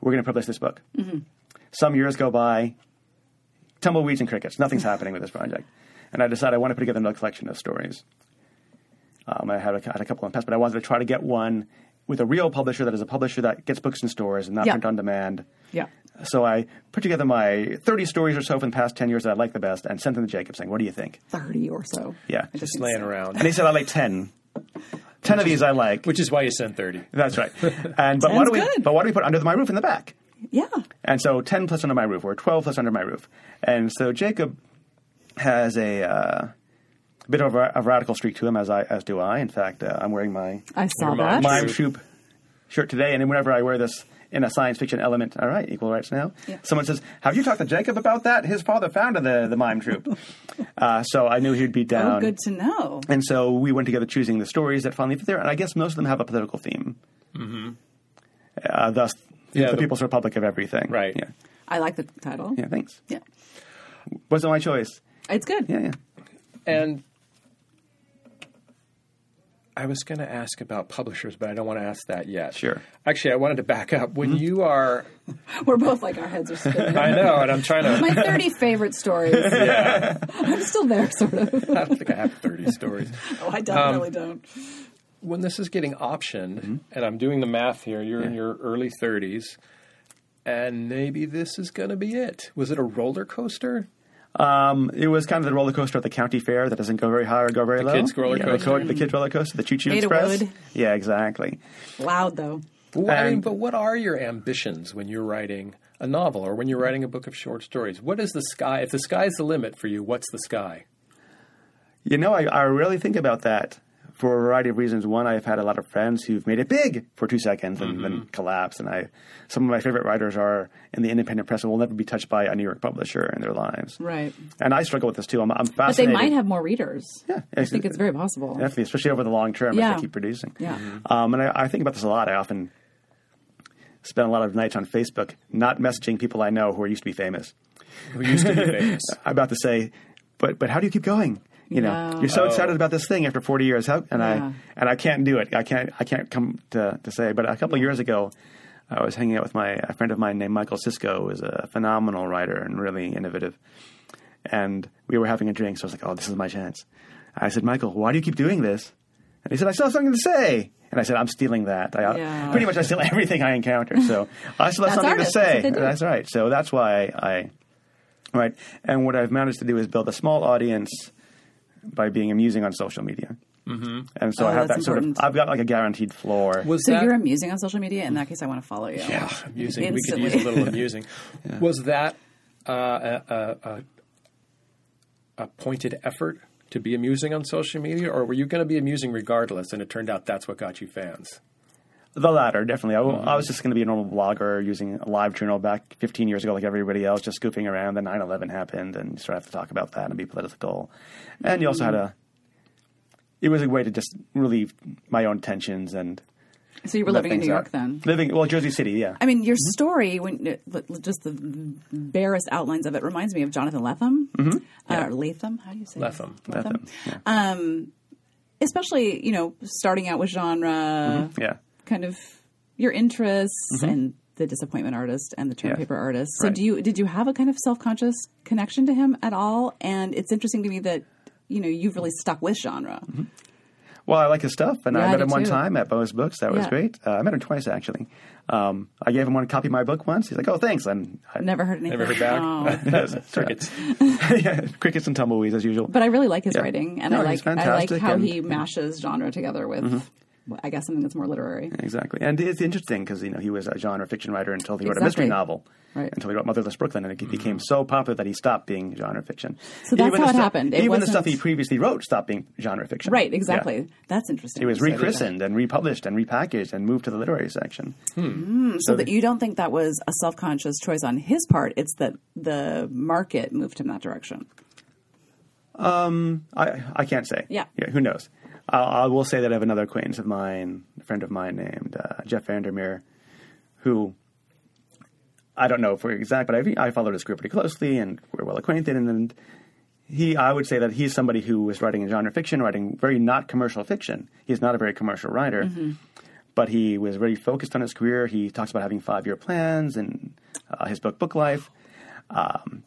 [SPEAKER 3] we're going to publish this book." Some years go by, tumbleweeds and crickets. Nothing's happening with this project, and I decided I want to put together another collection of stories. Um, I had a, had a couple in the past, but I wanted to try to get one with a real publisher that is a publisher that gets books in stores and not
[SPEAKER 2] Yeah.
[SPEAKER 3] print on demand.
[SPEAKER 2] Yeah.
[SPEAKER 3] So I put together my 30 stories or so from the past 10 years that I like the best and sent them to Jacob saying, What do you think?
[SPEAKER 2] 30 or so.
[SPEAKER 3] Yeah.
[SPEAKER 2] I
[SPEAKER 1] Just
[SPEAKER 2] think
[SPEAKER 1] laying
[SPEAKER 2] so.
[SPEAKER 3] And
[SPEAKER 1] around,
[SPEAKER 3] he said, I like 10. 10 of these I like.
[SPEAKER 1] which is why you sent thirty.
[SPEAKER 3] That's right. And but why,
[SPEAKER 2] Sounds
[SPEAKER 3] do we,
[SPEAKER 2] good.
[SPEAKER 3] but why do we put Under My Roof in the back?
[SPEAKER 2] Yeah.
[SPEAKER 3] And so 10 plus Under My Roof or 12 plus Under My Roof. And so Jacob has a uh, bit of a, a radical streak to him, as, I, as do I. In fact, uh, I'm wearing my
[SPEAKER 2] I saw
[SPEAKER 1] Remind
[SPEAKER 2] that.
[SPEAKER 1] me.
[SPEAKER 3] Mime Troop shirt today, and whenever I wear this, in a science fiction element. All right, equal rights now.
[SPEAKER 2] Yeah.
[SPEAKER 3] Someone says, "Have you talked to Jacob about that? His father founded the the mime troupe." uh, so I knew he'd be down.
[SPEAKER 2] Oh, good to know.
[SPEAKER 3] And so we went together choosing the stories that finally fit there, and I guess most of them have a political theme. Mm-hmm. Uh, thus,
[SPEAKER 1] Yeah,
[SPEAKER 3] the,
[SPEAKER 1] the-
[SPEAKER 3] People's Republic of Everything.
[SPEAKER 1] Right.
[SPEAKER 3] Yeah.
[SPEAKER 2] I like the title.
[SPEAKER 3] Yeah. Thanks.
[SPEAKER 2] Yeah.
[SPEAKER 3] Wasn't my choice.
[SPEAKER 2] It's good.
[SPEAKER 3] Yeah. Yeah.
[SPEAKER 1] And I was going to ask about publishers, but I don't want to ask that yet.
[SPEAKER 3] Sure. Mm-hmm.
[SPEAKER 1] Actually, I wanted to back up. When you are,
[SPEAKER 2] We're both like, our heads are spinning.
[SPEAKER 1] I know, and I'm trying to.
[SPEAKER 2] My 30 favorite stories. I'm still there, sort of.
[SPEAKER 1] I don't think I have 30 stories.
[SPEAKER 2] Oh, I definitely
[SPEAKER 1] Um,
[SPEAKER 2] don't.
[SPEAKER 1] When this is getting optioned,
[SPEAKER 3] Mm-hmm.
[SPEAKER 1] and I'm doing the math here, you're in your early 30s, and maybe this is going to be it. Was it a roller coaster?
[SPEAKER 3] Um, it was kind of the roller coaster at the county fair that doesn't go very high or go very low.
[SPEAKER 1] kids' roller
[SPEAKER 3] yeah, The,
[SPEAKER 1] coaster.
[SPEAKER 3] co- the kids roller coaster, the choo choo
[SPEAKER 2] Beta
[SPEAKER 3] express.
[SPEAKER 2] Wood.
[SPEAKER 3] Yeah, exactly.
[SPEAKER 2] Loud, though.
[SPEAKER 1] Well, I mean,
[SPEAKER 3] And-
[SPEAKER 1] but what are your ambitions when you're writing a novel or when you're writing a book of short stories? What is the sky? If the sky's the limit for you, what's the sky?
[SPEAKER 3] You know, I, I really think about that for a variety of reasons. One, I've had a lot of friends who've made it big for two seconds
[SPEAKER 1] Mm-hmm.
[SPEAKER 3] and then collapse. And I, some of my favorite writers are in the independent press and will never be touched by a New York publisher in their lives.
[SPEAKER 2] Right.
[SPEAKER 3] And I struggle with this too. I'm, I'm
[SPEAKER 2] But they
[SPEAKER 3] fascinated.
[SPEAKER 2] might have more readers.
[SPEAKER 3] Yeah,
[SPEAKER 2] I think it's very possible.
[SPEAKER 3] Definitely, especially over the long term
[SPEAKER 2] Yeah.
[SPEAKER 3] as they keep producing.
[SPEAKER 2] Yeah.
[SPEAKER 1] Mm-hmm.
[SPEAKER 2] Mhm.
[SPEAKER 3] Um, and I, I think about this a lot. I often spend a lot of nights on Facebook not messaging people I know who are used to be famous.
[SPEAKER 1] Who used to be famous?
[SPEAKER 3] I'm about to say, but but how do you keep going? You know,
[SPEAKER 2] Yeah.
[SPEAKER 3] you're so excited about this thing after 40 years, how, and
[SPEAKER 2] Yeah.
[SPEAKER 3] I and I can't do it. I can't I can't come to to say. But a couple of years ago, I was hanging out with my a friend of mine named Michael Cisco, who is a phenomenal writer and really innovative. And we were having a drink, so I was like, "Oh, this is my chance." I said, "Michael, why do you keep doing this?" And he said, "I still have something to say." And I said, "I'm stealing that. I,
[SPEAKER 2] Yeah.
[SPEAKER 3] Pretty much, I steal everything I encounter. So I still
[SPEAKER 2] That's
[SPEAKER 3] have something
[SPEAKER 2] artists.
[SPEAKER 3] to
[SPEAKER 2] That's
[SPEAKER 3] say.
[SPEAKER 2] what they do.
[SPEAKER 3] That's right. So that's why I Right. And what I've managed to do is build a small audience by being amusing on social media. Mm-hmm. And so
[SPEAKER 2] Oh,
[SPEAKER 3] I have that
[SPEAKER 2] that's
[SPEAKER 3] sort
[SPEAKER 2] important.
[SPEAKER 3] of, I've got like a guaranteed floor.
[SPEAKER 1] Was
[SPEAKER 2] So
[SPEAKER 1] that
[SPEAKER 2] you're amusing on social media? In that case, I want to follow you.
[SPEAKER 1] yeah, amusing? We could
[SPEAKER 2] Instantly.
[SPEAKER 1] use a little amusing. Was that uh, a, a, a, a pointed effort to be amusing on social media, or were you going to be amusing regardless? And it turned out that's what got you fans.
[SPEAKER 3] the latter, definitely. I, w- I was just going to be a normal blogger using a live journal back 15 years ago, like everybody else, just goofing around. Then 9 11 happened, and you sort of have to talk about that and be political. And you also had a, it was a way to just relieve my own tensions and
[SPEAKER 2] So you were
[SPEAKER 3] let
[SPEAKER 2] living in New
[SPEAKER 3] things
[SPEAKER 2] York
[SPEAKER 3] out.
[SPEAKER 2] then?
[SPEAKER 3] Living, well, Jersey City, yeah.
[SPEAKER 2] I mean, your
[SPEAKER 1] Mm-hmm.
[SPEAKER 2] story, when uh, just the barest outlines of it, reminds me of Jonathan Lethem. Mm-hmm. Uh, Latham? How do you say it?
[SPEAKER 1] Lethem.
[SPEAKER 3] Latham,
[SPEAKER 2] Um, especially, you know, starting out with genre,
[SPEAKER 1] Mm-hmm.
[SPEAKER 3] yeah.
[SPEAKER 2] kind of your interests and the disappointment artist and the term
[SPEAKER 3] Mm-hmm. Yeah.
[SPEAKER 2] paper artist. So
[SPEAKER 3] Right.
[SPEAKER 2] do you did you have a kind of self conscious connection to him at all? And it's interesting to me that you know you've really stuck with genre.
[SPEAKER 3] Mm-hmm. Well, I like his stuff, and
[SPEAKER 2] Yeah, I
[SPEAKER 3] I met
[SPEAKER 2] do
[SPEAKER 3] him one
[SPEAKER 2] too.
[SPEAKER 3] time at Bose Books. That was
[SPEAKER 2] Yeah.
[SPEAKER 3] great. Uh, I met him twice actually. Um, I gave him one copy of my book once. He's like, "Oh, thanks." And I,
[SPEAKER 2] Never heard anything.
[SPEAKER 1] Never heard back.
[SPEAKER 2] No.
[SPEAKER 1] Crickets.
[SPEAKER 3] yeah, crickets and tumbleweeds as usual.
[SPEAKER 2] But I really like his
[SPEAKER 3] Yeah.
[SPEAKER 2] writing, and
[SPEAKER 3] No,
[SPEAKER 2] I like
[SPEAKER 3] he's
[SPEAKER 2] I like
[SPEAKER 3] fantastic
[SPEAKER 2] how
[SPEAKER 3] and- Mm-hmm.
[SPEAKER 2] he mashes genre together with, well, I guess, something that's more literary.
[SPEAKER 3] Exactly, and it's interesting because you know he was a genre fiction writer until he wrote a
[SPEAKER 2] Exactly.
[SPEAKER 3] mystery novel,
[SPEAKER 2] Right.
[SPEAKER 3] until he wrote Motherless Brooklyn, and it became so popular that he stopped being genre fiction.
[SPEAKER 2] So that's how it
[SPEAKER 3] the stu-
[SPEAKER 2] happened. It
[SPEAKER 3] even the stuff
[SPEAKER 2] wasn't-
[SPEAKER 3] he previously wrote stopped being genre fiction.
[SPEAKER 2] Right,
[SPEAKER 3] Yeah.
[SPEAKER 2] exactly. That's interesting.
[SPEAKER 3] It was
[SPEAKER 2] So that-
[SPEAKER 3] rechristened and republished and repackaged and moved to the literary section.
[SPEAKER 2] So that you don't think that was a self conscious choice on his part. It's that the market moved him that direction.
[SPEAKER 3] I, I can't say.
[SPEAKER 2] Yeah.
[SPEAKER 3] who knows? I'll, I will say that I have another acquaintance of mine, a friend of mine named uh, Jeff Vandermeer, who I don't know for exact, but I, I followed his career pretty closely and we're well acquainted. And, and he, I would say that he's somebody who is writing in genre fiction, writing very not commercial fiction. He's not a very commercial writer, but he was very focused on his career. He talks about having five year plans and uh, his book, Book Life Um,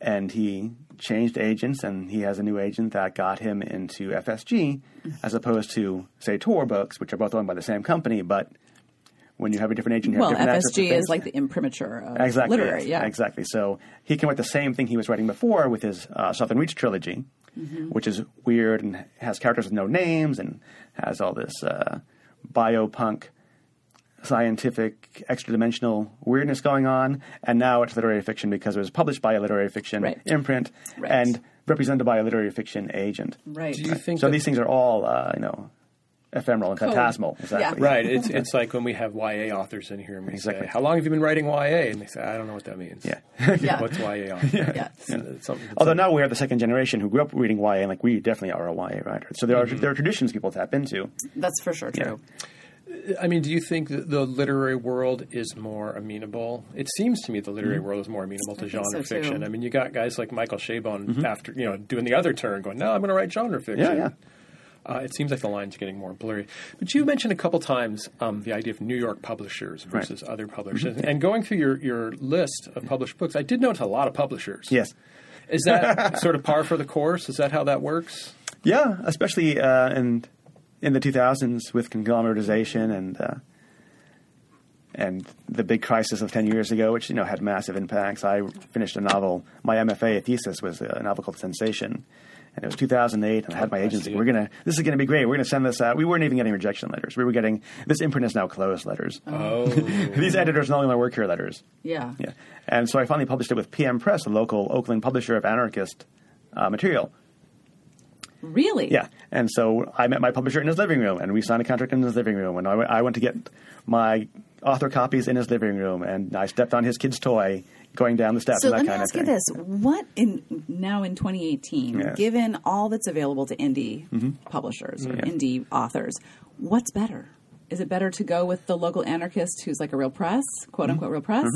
[SPEAKER 3] and he changed agents and he has a new agent that got him into FSG as opposed to say Tor Books which are both owned by the same company but when you have a different agent you have
[SPEAKER 2] Well,
[SPEAKER 3] different access to
[SPEAKER 2] FSG is
[SPEAKER 3] things.
[SPEAKER 2] like the imprimatur of
[SPEAKER 3] exactly
[SPEAKER 2] literary. Yeah,
[SPEAKER 3] exactly so he can write the same thing he was writing before with his uh, Southern Reach trilogy
[SPEAKER 2] Mm-hmm.
[SPEAKER 3] which is weird and has characters with no names and has all this uh, biopunk scientific extra dimensional weirdness going on, and now it's literary fiction because it was published by a literary fiction
[SPEAKER 2] Right.
[SPEAKER 3] imprint
[SPEAKER 2] Right.
[SPEAKER 3] and represented by a literary fiction agent.
[SPEAKER 2] Right.
[SPEAKER 1] Do you think
[SPEAKER 3] So
[SPEAKER 1] that-
[SPEAKER 3] these things are all, uh, you know, ephemeral and
[SPEAKER 2] Code.
[SPEAKER 3] phantasmal.
[SPEAKER 2] Yeah.
[SPEAKER 3] Exactly.
[SPEAKER 1] Right. It's it's like when we have YA authors in here and we
[SPEAKER 3] Exactly.
[SPEAKER 1] say, "How long have you been writing YA?" and they say, "I don't know what that means."
[SPEAKER 3] Yeah.
[SPEAKER 2] Yeah.
[SPEAKER 1] What's YA author? Yeah.
[SPEAKER 2] yeah.
[SPEAKER 3] Although now we are the second generation who grew up reading YA, and like we definitely are a YA writer. So there are there are traditions people tap into.
[SPEAKER 2] That's for sure true.
[SPEAKER 1] I mean, do you think that the literary world is more amenable? It seems to me the literary world is more amenable to
[SPEAKER 2] think
[SPEAKER 1] genre
[SPEAKER 2] so, too.
[SPEAKER 1] fiction. I mean, you got guys like Michael Chabon after you know doing the other turn, going, "No, I'm going to write genre fiction."
[SPEAKER 3] Yeah, yeah.
[SPEAKER 1] Uh, it seems like the lines are getting more blurry. But you mentioned a couple times um, the idea of New York publishers versus other publishers, and going through your your list of published books, I did notice a lot of publishers.
[SPEAKER 3] Yes.
[SPEAKER 1] Is that sort of par for the course? Is that how that works?
[SPEAKER 3] Yeah, especially uh, in in the 2000s with conglomeratization and uh, and the big crisis of 10 years ago, which you know had massive impacts. I finished a novel. My MFA thesis was a novel called Sensation, and it was 2008. And I had my agency.
[SPEAKER 1] see.
[SPEAKER 3] We're gonna. This is gonna be great. We're gonna send this out. We weren't even getting rejection letters. We were getting this imprint is now closed letters.
[SPEAKER 1] Oh,
[SPEAKER 3] These editors no longer work here letters.
[SPEAKER 2] Yeah.
[SPEAKER 3] Yeah. And so I finally published it with PM Press, a local Oakland publisher of anarchist uh, material.
[SPEAKER 2] Really?
[SPEAKER 3] Yeah. And so I met my publisher in his living room, and we signed a contract in his living room. And I went- I went to get my author copies in his living room, and I stepped on his kid's toy going down the steps.
[SPEAKER 2] So
[SPEAKER 3] and that
[SPEAKER 2] let me
[SPEAKER 3] kind
[SPEAKER 2] ask
[SPEAKER 3] of
[SPEAKER 2] you
[SPEAKER 3] thing.
[SPEAKER 2] this: What in now in 2018,
[SPEAKER 3] Yes. Mm-hmm.
[SPEAKER 2] given all that's available to indie publishers or indie authors, what's better? Is it better to go with the local anarchist who's like a real press, quote
[SPEAKER 3] Mm-hmm.
[SPEAKER 2] unquote real press,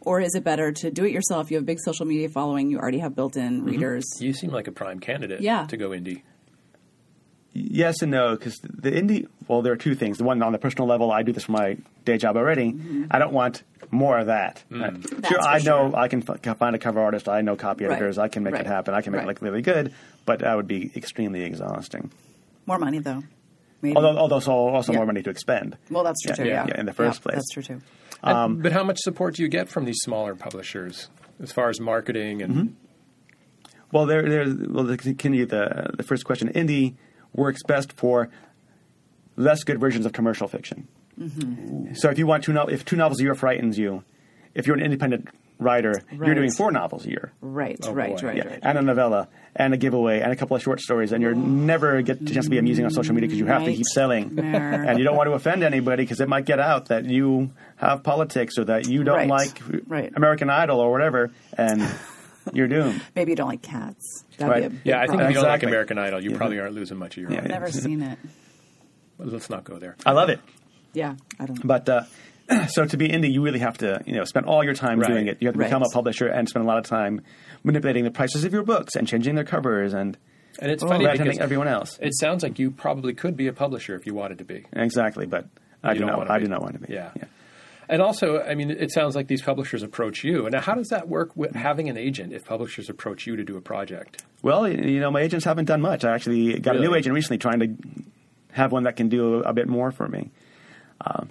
[SPEAKER 2] or is it better to do it yourself? You have a big social media following, you already have built-in
[SPEAKER 3] Mm-hmm.
[SPEAKER 2] readers.
[SPEAKER 1] you seem like a prime candidate
[SPEAKER 2] Yeah.
[SPEAKER 1] to go indie.
[SPEAKER 3] Yes and no, because the indie. Well, there are two things. The one on the personal level, I do this for my day job already. I don't want more of that. Right. Sure,
[SPEAKER 2] Mm-hmm. for
[SPEAKER 3] I know
[SPEAKER 2] sure.
[SPEAKER 3] I can f- find a cover artist. I know copy
[SPEAKER 2] Right.
[SPEAKER 3] editors. I can make
[SPEAKER 2] Right.
[SPEAKER 3] it happen. I can make
[SPEAKER 2] Right.
[SPEAKER 3] it look really good, but that would be extremely exhausting.
[SPEAKER 2] More money though, maybe.
[SPEAKER 3] Although, although so
[SPEAKER 2] Mm-hmm.
[SPEAKER 3] also
[SPEAKER 2] Yeah.
[SPEAKER 3] more money to expend.
[SPEAKER 2] well, that's true
[SPEAKER 3] Yeah,
[SPEAKER 2] too.
[SPEAKER 3] yeah,
[SPEAKER 2] Yeah.
[SPEAKER 3] yeah, in the first place.
[SPEAKER 2] that's true too.
[SPEAKER 3] Um,
[SPEAKER 1] but how much support do you get from these smaller publishers as far as marketing and
[SPEAKER 3] Mm-hmm. Well, there, there's well, to continue the the first question. Indie works best for less good versions of commercial fiction.
[SPEAKER 2] Mm-hmm.
[SPEAKER 3] So if you want two no- if two novels a year frightens you, if you're an independent writer, you're
[SPEAKER 2] Right.
[SPEAKER 3] doing four novels a year.
[SPEAKER 2] Right,
[SPEAKER 1] Oh,
[SPEAKER 2] right,
[SPEAKER 1] boy.
[SPEAKER 2] right,
[SPEAKER 1] Yeah.
[SPEAKER 2] right.
[SPEAKER 3] And a novella, and a giveaway, and a couple of short stories, and you're never get the chance to be amusing on social media because you have to keep selling,
[SPEAKER 2] Nightmare.
[SPEAKER 3] and you don't want to offend anybody because it might get out that you have politics or that you don't
[SPEAKER 2] Right.
[SPEAKER 3] like
[SPEAKER 2] Right.
[SPEAKER 3] American Idol or whatever, and you're doomed.
[SPEAKER 2] Maybe you don't like cats. That'd
[SPEAKER 3] Right.
[SPEAKER 2] be a big
[SPEAKER 1] Yeah, I think if you
[SPEAKER 2] problem.
[SPEAKER 1] don't like
[SPEAKER 3] Exactly.
[SPEAKER 1] American Idol, you probably aren't losing much of your
[SPEAKER 3] Yeah,
[SPEAKER 1] audience.
[SPEAKER 3] yeah.
[SPEAKER 2] Never seen it.
[SPEAKER 1] Let's not go there.
[SPEAKER 3] I love it.
[SPEAKER 2] Yeah, I don't.
[SPEAKER 3] But uh, so to be indie, you really have to you know spend all your time
[SPEAKER 1] Right.
[SPEAKER 3] doing it. You have to become
[SPEAKER 2] Right.
[SPEAKER 3] a publisher and spend a lot of time manipulating the prices of your books and changing their covers and
[SPEAKER 1] And it's funny because
[SPEAKER 3] representing everyone else.
[SPEAKER 1] it sounds like you probably could be a publisher if you wanted to be.
[SPEAKER 3] Exactly, but I
[SPEAKER 1] You
[SPEAKER 3] do
[SPEAKER 1] don't
[SPEAKER 3] not.
[SPEAKER 1] wanna
[SPEAKER 3] I
[SPEAKER 1] be.
[SPEAKER 3] do not want to be.
[SPEAKER 1] Yeah. And also, I mean, it sounds like these publishers approach you. And how does that work with having an agent if publishers approach you to do a project?
[SPEAKER 3] Well, y- you know, my agents haven't done much. I actually got a new
[SPEAKER 1] Really?
[SPEAKER 3] agent recently, trying to have one that can do a bit more for me. Um,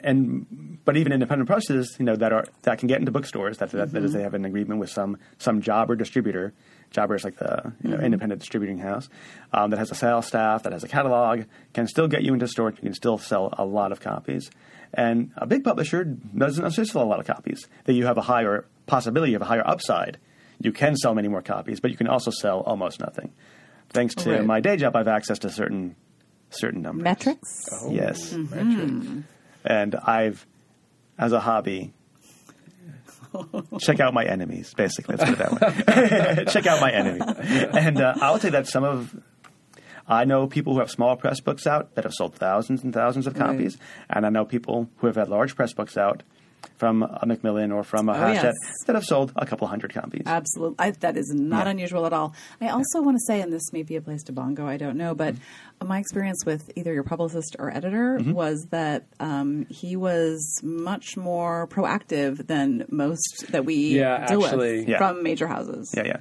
[SPEAKER 3] and but even independent presses, you know, that are that can get into bookstores. That that, that is, they have an agreement with some some jobber distributor. Jobber is like the you know, independent distributing house um, that has a sales staff, that has a catalog, can still get you into stores. You can still sell a lot of copies. And a big publisher doesn't necessarily sell a lot of copies. That you have a higher possibility of a higher upside. You can sell many more copies, but you can also sell almost nothing. Thanks to
[SPEAKER 2] Right.
[SPEAKER 3] my day job, I've access to certain certain numbers.
[SPEAKER 2] Metrics.
[SPEAKER 3] Yes.
[SPEAKER 2] Mm-hmm.
[SPEAKER 1] metrics.
[SPEAKER 3] And I've, as a hobby, check out my enemies, basically. Let's put it that way. check out my enemy. And uh, I'll say that some of, I know people who have small press books out that have sold thousands and thousands of
[SPEAKER 2] Right.
[SPEAKER 3] copies. And I know people who have had large press books out from a Macmillan or from a Hachette
[SPEAKER 2] Oh, yes. Uh,
[SPEAKER 3] that have sold a couple hundred copies.
[SPEAKER 2] Absolutely. I, that is not unusual at all. I also want to say, and this may be a place to bongo, I don't know, but my experience with either your publicist or editor
[SPEAKER 1] Mm-hmm.
[SPEAKER 2] was that um, he was much more proactive than most that we
[SPEAKER 1] Yeah,
[SPEAKER 2] deal
[SPEAKER 1] actually-
[SPEAKER 2] with
[SPEAKER 3] Yeah.
[SPEAKER 2] from major houses.
[SPEAKER 3] yeah, yeah.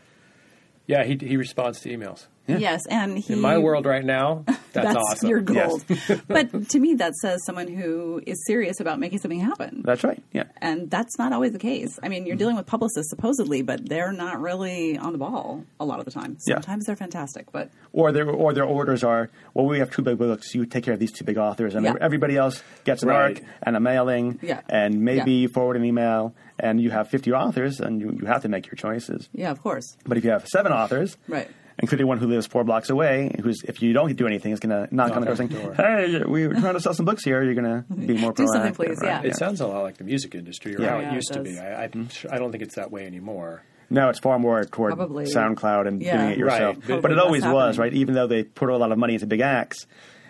[SPEAKER 1] Yeah, he, he responds to emails.
[SPEAKER 2] Yes, and he.
[SPEAKER 1] In my world right now, that's,
[SPEAKER 2] That's
[SPEAKER 1] awesome.
[SPEAKER 2] your
[SPEAKER 3] Yes.
[SPEAKER 2] gold. but to me, that says someone who is serious about making something happen.
[SPEAKER 3] That's right. Yeah.
[SPEAKER 2] and that's not always the case. I
[SPEAKER 1] Mm-hmm.
[SPEAKER 2] mean, you're dealing with publicists supposedly, but they're not really on the ball a lot of the time.
[SPEAKER 3] Yeah.
[SPEAKER 2] Sometimes they're fantastic, but
[SPEAKER 3] or their or their orders are well we have two big books you take care of these two big authors and
[SPEAKER 2] Yeah.
[SPEAKER 3] everybody else gets an
[SPEAKER 1] Right.
[SPEAKER 3] arc and a mailing
[SPEAKER 2] Yeah.
[SPEAKER 3] and maybe
[SPEAKER 2] Yeah.
[SPEAKER 3] you forward an email and you have 50 authors and you, you have to make your choices
[SPEAKER 2] yeah, of course,
[SPEAKER 3] but if you have seven authors
[SPEAKER 2] right?
[SPEAKER 3] including one who lives four blocks away, who's if you don't do anything, is going to knock, on the door
[SPEAKER 1] on
[SPEAKER 3] saying,
[SPEAKER 1] the door.
[SPEAKER 3] "Hey, we were trying to sell some books here. You're going to be more
[SPEAKER 2] Do something,
[SPEAKER 3] proactive,
[SPEAKER 2] please,
[SPEAKER 3] right?
[SPEAKER 2] yeah.
[SPEAKER 1] It sounds a lot like the music industry, or
[SPEAKER 3] Yeah.
[SPEAKER 1] how it
[SPEAKER 2] Yeah, it
[SPEAKER 1] used to
[SPEAKER 2] does.
[SPEAKER 1] be. I, I, I don't think it's that way anymore.
[SPEAKER 3] No, it's far more toward
[SPEAKER 2] Probably.
[SPEAKER 3] SoundCloud and
[SPEAKER 2] Yeah.
[SPEAKER 3] doing it
[SPEAKER 1] Right.
[SPEAKER 3] yourself.
[SPEAKER 1] But-
[SPEAKER 3] But it
[SPEAKER 2] That's
[SPEAKER 3] always was,
[SPEAKER 2] happening.
[SPEAKER 3] right? Even though they put a lot of money into big acts,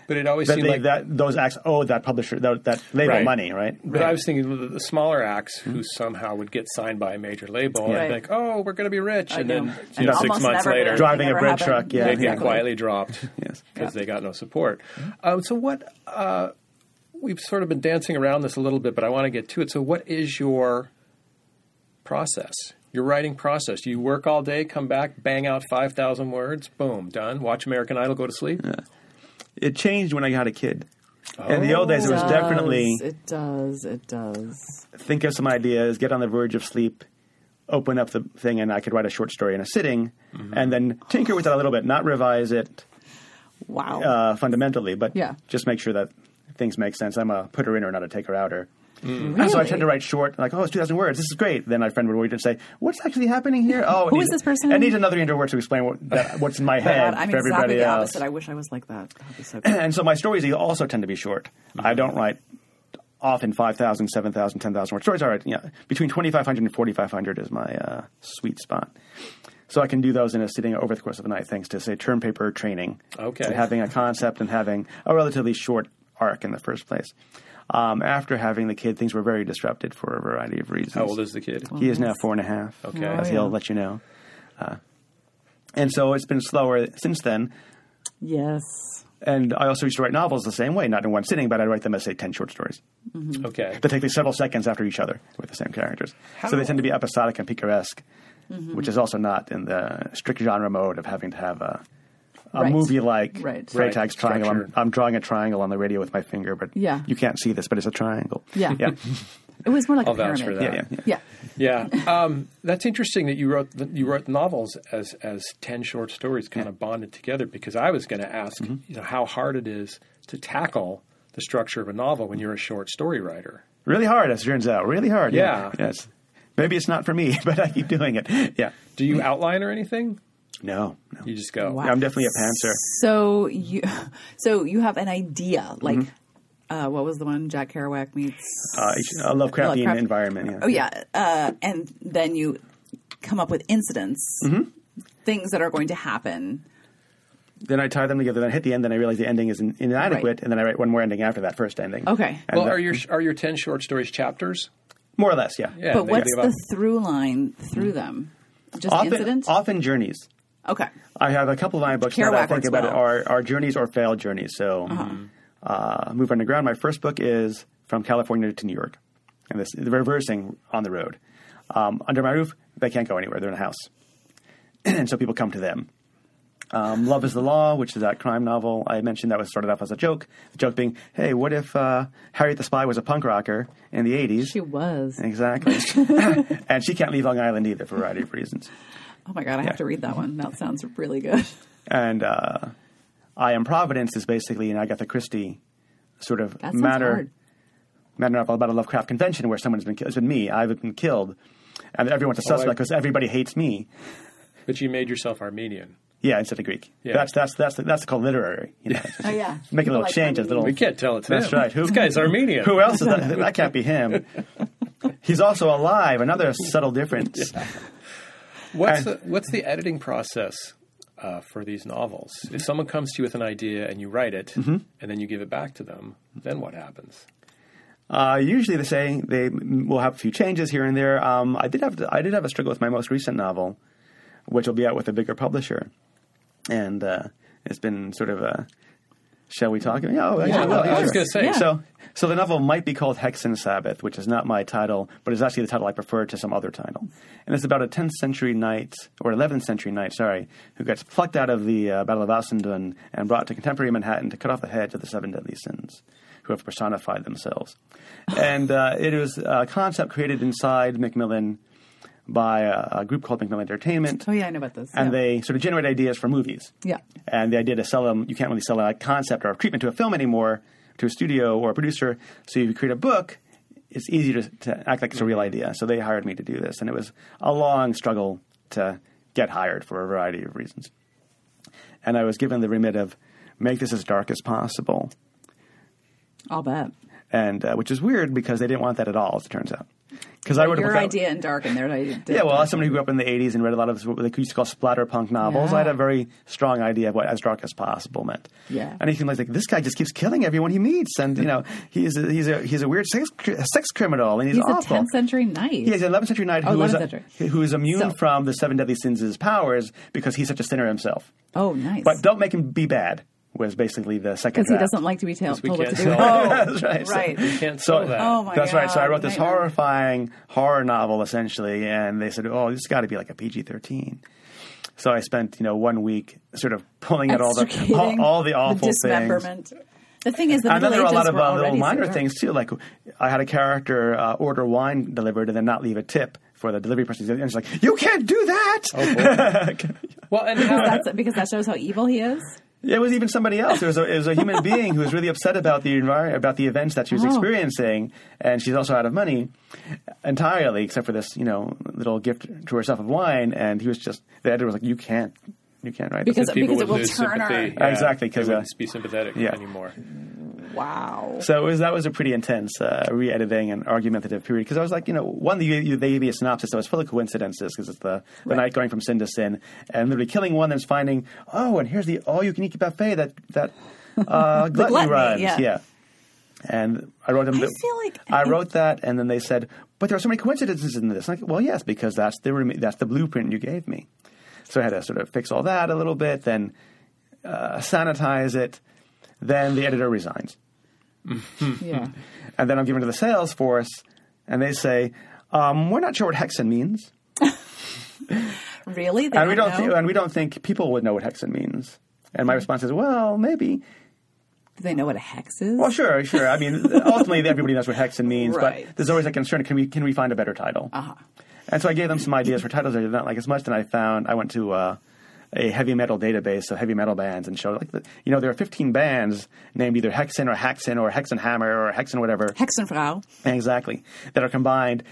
[SPEAKER 1] But it always
[SPEAKER 3] that,
[SPEAKER 1] seemed
[SPEAKER 3] they,
[SPEAKER 1] like
[SPEAKER 3] that those acts owe that publisher that, that label
[SPEAKER 1] Right.
[SPEAKER 3] money, right?
[SPEAKER 1] But I was thinking the- the smaller acts
[SPEAKER 3] Hmm?
[SPEAKER 1] who somehow would get signed by a major label and
[SPEAKER 2] Right.
[SPEAKER 1] be like, "Oh, we're going to be rich," and then you know,
[SPEAKER 2] Almost
[SPEAKER 1] six months
[SPEAKER 2] never
[SPEAKER 1] later,
[SPEAKER 2] did.
[SPEAKER 3] Driving a
[SPEAKER 2] Never
[SPEAKER 3] bread
[SPEAKER 2] happened.
[SPEAKER 3] truck, yeah.
[SPEAKER 1] they'd get
[SPEAKER 2] exactly.
[SPEAKER 1] quietly dropped
[SPEAKER 3] Yes. Mm-hmm.
[SPEAKER 1] because they got no support. Um, so what? Uh, we've sort of been dancing around this a little bit, but I want to get to it. So what is your process? Your writing process? Do you work all day, come back, bang out five thousand words, boom, done. Watch American Idol, go to sleep.
[SPEAKER 3] It changed when I got a kid. In the old days, it was definitely
[SPEAKER 4] It does. Oh, It does.
[SPEAKER 3] think of some ideas, get on the verge of sleep, open up the thing, and I could write a short story in a sitting,
[SPEAKER 1] Mm-hmm.
[SPEAKER 3] and then tinker with it a little bit, not revise it
[SPEAKER 4] Wow.
[SPEAKER 3] uh, fundamentally, but
[SPEAKER 4] Yeah.
[SPEAKER 3] just make sure that things make sense. I'm a putter inner, not a taker outer. And so I tend to write short, like, oh, it's 2,000 words. This is great. Then my friend would read it and say, what's actually happening here? Oh,
[SPEAKER 4] Who is this person?
[SPEAKER 3] I need another 300 words to explain what, that, what's in my head
[SPEAKER 4] God, I'm
[SPEAKER 3] for everybody
[SPEAKER 4] exactly the
[SPEAKER 3] else.
[SPEAKER 4] opposite. I wish I was like that. That'd be so good.
[SPEAKER 3] And so my stories also tend to be short. I don't write often 5,000, 7,000, 10,000 word stories. I write you know, between 2,500 and 4,500 is my uh, sweet spot. So I can do those in a sitting over the course of a night, thanks to, say, term paper training.
[SPEAKER 1] Okay.
[SPEAKER 3] And having a concept and having a relatively short arc in the first place. Um, after having the kid, things were very disrupted for a variety of reasons.
[SPEAKER 1] How old is the kid?
[SPEAKER 3] He is now four and a half.
[SPEAKER 1] Okay.
[SPEAKER 3] As
[SPEAKER 4] Oh,
[SPEAKER 3] he'll
[SPEAKER 4] yeah.
[SPEAKER 3] let you know. Uh, and so it's been slower since then.
[SPEAKER 4] Yes.
[SPEAKER 3] And I also used to write novels the same way, not in one sitting, but I'd write them as, say, 10 short stories mm-hmm.
[SPEAKER 1] Okay.
[SPEAKER 3] that take like, several seconds after each other with the same characters. So they tend to be episodic and picaresque,
[SPEAKER 4] Mm-hmm.
[SPEAKER 3] which is also not in the strict genre mode of having to have a, a
[SPEAKER 4] Right.
[SPEAKER 3] movie like
[SPEAKER 4] Right.
[SPEAKER 3] Ray
[SPEAKER 1] Right.
[SPEAKER 3] Tag's Triangle. I'm,
[SPEAKER 1] Structure.
[SPEAKER 3] I'm drawing a triangle on the radio with my finger, but
[SPEAKER 4] Yeah.
[SPEAKER 3] you can't see this, but it's a triangle.
[SPEAKER 4] Yeah.
[SPEAKER 3] Yeah.
[SPEAKER 4] It was more like
[SPEAKER 1] I'll
[SPEAKER 4] a
[SPEAKER 1] vouch
[SPEAKER 4] pyramid.
[SPEAKER 1] for
[SPEAKER 3] yeah,
[SPEAKER 1] that.
[SPEAKER 3] yeah, yeah.
[SPEAKER 4] Yeah.
[SPEAKER 1] Yeah, um, that's interesting that you wrote that you wrote novels as as ten short stories, kind of bonded together. Because I was going to ask,
[SPEAKER 3] Mm-hmm.
[SPEAKER 1] you know, how hard it is to tackle the structure of a novel when you're a short story writer.
[SPEAKER 3] Really hard, as it turns out. Really hard.
[SPEAKER 1] Yeah.
[SPEAKER 3] Yes. Maybe it's not for me, but I keep doing it. Yeah.
[SPEAKER 1] Do you outline or anything?
[SPEAKER 3] No, no.
[SPEAKER 1] You just go.
[SPEAKER 4] Wow.
[SPEAKER 3] I'm definitely a pantser.
[SPEAKER 4] So you, so you have an idea,
[SPEAKER 3] Mm-hmm.
[SPEAKER 4] like uh, what was the one Jack Kerouac meets?
[SPEAKER 3] Uh, each- a Lovecraftian
[SPEAKER 4] Lovecraft-
[SPEAKER 3] environment. Yeah.
[SPEAKER 4] oh yeah, uh, and then you come up with incidents,
[SPEAKER 3] Mm-hmm.
[SPEAKER 4] things that are going to happen.
[SPEAKER 3] then I tie them together. Then I hit the end. Then I realize the ending is in, inadequate,
[SPEAKER 4] Right.
[SPEAKER 3] and then I write one more ending after that first ending.
[SPEAKER 4] Okay.
[SPEAKER 3] And
[SPEAKER 1] Well,
[SPEAKER 3] that-
[SPEAKER 1] are your are your ten short stories chapters?
[SPEAKER 3] more or less? Yeah.
[SPEAKER 1] Yeah.
[SPEAKER 4] but
[SPEAKER 1] they
[SPEAKER 4] what's
[SPEAKER 1] give
[SPEAKER 4] the
[SPEAKER 1] up-
[SPEAKER 4] through line through them? Just
[SPEAKER 3] Mm-hmm. Often,
[SPEAKER 4] incidents.
[SPEAKER 3] often journeys.
[SPEAKER 4] okay.
[SPEAKER 3] I have a couple of my books now that I
[SPEAKER 4] Kerouac
[SPEAKER 3] think
[SPEAKER 4] works
[SPEAKER 3] about
[SPEAKER 4] well. Uh-huh.
[SPEAKER 3] are are journeys or failed journeys. So, uh, move underground. My first book is from California to New York, and this the reversing on the road. Um, under my roof, they can't go anywhere. They're in a house, and so people come to them. Um, Love is the Law, which is that crime novel I mentioned that was started off as a joke. The joke being, hey, what if uh, Harriet the Spy was a punk rocker in the 80s?
[SPEAKER 4] She was.
[SPEAKER 3] Exactly. and she can't leave Long Island either for a variety of reasons.
[SPEAKER 4] Oh my god, I have to read that one. That sounds really good.
[SPEAKER 3] And uh, I Am Providence is basically an Agatha Christie sort of
[SPEAKER 4] That sounds
[SPEAKER 3] matter
[SPEAKER 4] hard.
[SPEAKER 3] matter novel about a Lovecraft convention where someone's been killed. It's been me. I've been killed. And everyone's a
[SPEAKER 1] Oh, I-
[SPEAKER 3] suspect because everybody hates me.
[SPEAKER 1] But you made yourself Armenian.
[SPEAKER 3] Yeah, instead of Greek.
[SPEAKER 1] Yeah.
[SPEAKER 3] That's, that's, that's, that's called literary. You know?
[SPEAKER 4] Oh yeah.
[SPEAKER 3] Make a
[SPEAKER 4] People
[SPEAKER 3] little
[SPEAKER 4] like
[SPEAKER 3] change, a little-
[SPEAKER 1] We can't tell it's
[SPEAKER 3] Oh, That's
[SPEAKER 1] him.
[SPEAKER 3] right. Who-
[SPEAKER 1] This guy's Armenian.
[SPEAKER 3] Who else is that? That can't be him. He's also alive. Another subtle difference.
[SPEAKER 1] What's the, what's the editing process uh, for these novels? If someone comes to you with an idea and you write it,
[SPEAKER 3] Mm-hmm.
[SPEAKER 1] and then you give it back to them, then what happens?
[SPEAKER 3] Uh, usually they say they m- will have a few changes here and there. Um, I did have I did have a struggle with my most recent novel, which will be out with a bigger publisher, and uh, it's been sort of a. Shall we talk? Yeah, oh, actually,
[SPEAKER 4] Yeah,
[SPEAKER 3] well,
[SPEAKER 1] I was
[SPEAKER 3] sure.
[SPEAKER 1] gonna say. Yeah.
[SPEAKER 3] So, so the novel might be called Hexen Sabbath, which is not my title, but is actually the title I prefer to some other title. And it's about a 10th century knight, or 11th century knight, sorry, who gets plucked out of the uh, Battle of Assendun and brought to contemporary Manhattan to cut off the heads of the seven deadly sins, who have personified themselves. and uh, it was a concept created inside Macmillan by a, a group called Macmillan Entertainment
[SPEAKER 4] Oh yeah, I know about this.
[SPEAKER 3] and
[SPEAKER 4] yeah.
[SPEAKER 3] they sort of generate ideas for movies.
[SPEAKER 4] Yeah.
[SPEAKER 3] And the idea to sell them, you can't really sell a concept or a treatment to a film anymore, to a studio or a producer. So if you create a book, it's easy to, to act like it's a real idea. So they hired me to do this, and it was a long struggle to get hired for a variety of reasons. and I was given the remit of make this as dark as possible,
[SPEAKER 4] I'll bet.
[SPEAKER 3] and uh, which is weird because they didn't want that at all, as it turns out. Because I would
[SPEAKER 4] Your idea in dark and their idea.
[SPEAKER 3] Yeah, well, as somebody who grew up in the '80s and read a lot of what they used to call splatterpunk novels, I had a very strong idea of what "as dark as possible" meant.
[SPEAKER 4] Yeah.
[SPEAKER 3] and he seemed like, like this guy just keeps killing everyone he meets, and you know, he's a, he's a he's a weird sex, cr- sex criminal, and he's,
[SPEAKER 4] he's a
[SPEAKER 3] awful.
[SPEAKER 4] 10th century knight.
[SPEAKER 3] Yeah, he's an 11th century knight
[SPEAKER 4] Oh,
[SPEAKER 3] who, is,
[SPEAKER 4] 11th century.
[SPEAKER 3] who is immune
[SPEAKER 4] So-
[SPEAKER 3] from the seven deadly sins' powers because he's such a sinner himself.
[SPEAKER 4] oh, nice.
[SPEAKER 3] But don't make him be bad. Was basically the second
[SPEAKER 4] because he
[SPEAKER 3] draft.
[SPEAKER 4] doesn't like to be tell-
[SPEAKER 1] we
[SPEAKER 4] told what to
[SPEAKER 1] can't
[SPEAKER 4] do.
[SPEAKER 1] sell
[SPEAKER 4] Oh,
[SPEAKER 3] That's right. So-
[SPEAKER 4] right.
[SPEAKER 1] Can't
[SPEAKER 3] So-
[SPEAKER 1] sell that.
[SPEAKER 4] Oh my
[SPEAKER 3] That's
[SPEAKER 4] God,
[SPEAKER 3] right. So I wrote this
[SPEAKER 4] nightmare.
[SPEAKER 3] horrifying horror novel essentially, and they said, "Oh, this has got to be like a PG thirteen. So I spent you know one week sort of pulling out all the
[SPEAKER 4] Extricating
[SPEAKER 3] all, all the awful things.
[SPEAKER 4] dismemberment. The thing is, the
[SPEAKER 3] And then
[SPEAKER 4] Middle
[SPEAKER 3] there
[SPEAKER 4] Ages
[SPEAKER 3] were a lot of
[SPEAKER 4] were
[SPEAKER 3] uh, little
[SPEAKER 4] already
[SPEAKER 3] minor
[SPEAKER 4] so-
[SPEAKER 3] things too. Like I had a character uh, order wine delivered and then not leave a tip for the delivery person, and she's like, "You can't do that."
[SPEAKER 1] Well, and how,
[SPEAKER 4] That's because that shows how evil he is.
[SPEAKER 3] It was even somebody else. It was a, it was a human being who was really upset about the environment, about the events that she was
[SPEAKER 4] Oh.
[SPEAKER 3] experiencing, and she's also out of money entirely, except for this, you know, little gift to herself of wine. And he was just the editor was like, "You can't, you can't write
[SPEAKER 4] Because-
[SPEAKER 3] this."
[SPEAKER 1] people
[SPEAKER 4] it
[SPEAKER 1] would
[SPEAKER 4] will
[SPEAKER 1] lose
[SPEAKER 4] turn our-
[SPEAKER 1] sympathy. Yeah,
[SPEAKER 3] Exactly, 'cause,
[SPEAKER 1] they
[SPEAKER 3] uh,
[SPEAKER 1] wouldn't be sympathetic
[SPEAKER 3] yeah.
[SPEAKER 1] anymore.
[SPEAKER 4] Wow.
[SPEAKER 3] So it was that was a pretty intense uh, re-editing and argumentative period because I was like, you know, one you, you, they gave me a synopsis that was full of coincidences because it's the, the night going from sin to sin and literally killing one, then finding oh, and here's the all-you-can-eat buffet that that uh, gluttony,
[SPEAKER 4] gluttony,
[SPEAKER 3] runs,
[SPEAKER 4] yeah.
[SPEAKER 3] And I wrote them.
[SPEAKER 4] I
[SPEAKER 3] the-
[SPEAKER 4] feel like-
[SPEAKER 3] I wrote that, and then they said, "But there are so many coincidences in this." like, well, yes, because that's the rem- that's the blueprint you gave me. So I had to sort of fix all that a little bit, then uh, sanitize it. Then the editor resigns
[SPEAKER 4] Yeah.
[SPEAKER 3] and then I'm given to the sales force, and they say, um, "We're not sure what hexen means,
[SPEAKER 4] Really? They
[SPEAKER 3] and we don't, uh,
[SPEAKER 4] know? Hmm.
[SPEAKER 3] thi- and we don't think people would know what hexen means." And my response is, "Well, maybe.
[SPEAKER 4] Do they know what a hex is?
[SPEAKER 3] Well, sure, sure. I mean, ultimately, everybody knows what hexen means,
[SPEAKER 4] Right.
[SPEAKER 3] but there's always that concern: can we can we find a better title?"
[SPEAKER 4] Uh-huh.
[SPEAKER 3] And so I gave them some ideas for titles they did not like as much. Then I found I went to. Uh, a heavy metal database of heavy metal bands and showed like the, you know there are 15 bands named either Hexen or Haxen or Hexen Hammer or Hexen whatever
[SPEAKER 4] Hexenfrau.
[SPEAKER 3] Exactly. That are combined.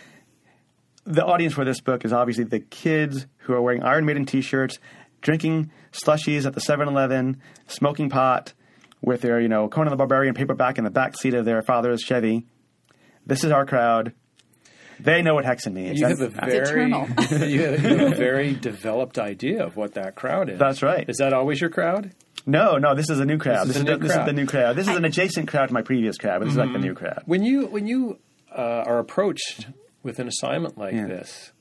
[SPEAKER 3] The audience for this book is obviously the kids who are wearing Iron Maiden t shirts, drinking slushies at the 7 Eleven, smoking pot with their, you know, Conan the Barbarian paperback in the back seat of their father's Chevy. This is our crowd. They know what hexen means.
[SPEAKER 1] You have a
[SPEAKER 4] It's
[SPEAKER 1] very, you
[SPEAKER 4] eternal.
[SPEAKER 1] have, you have a very developed idea of what that crowd is.
[SPEAKER 3] That's right.
[SPEAKER 1] Is that always your crowd?
[SPEAKER 3] no, no, this is a new crowd.
[SPEAKER 1] This
[SPEAKER 3] This,
[SPEAKER 1] is
[SPEAKER 3] is,
[SPEAKER 1] a
[SPEAKER 3] the,
[SPEAKER 1] new
[SPEAKER 3] this is
[SPEAKER 1] crowd. Mm-hmm.
[SPEAKER 3] the new crowd. This is an adjacent crowd to my previous crowd, but this is like the new crowd.
[SPEAKER 1] When you when you uh, are approached with an assignment like this,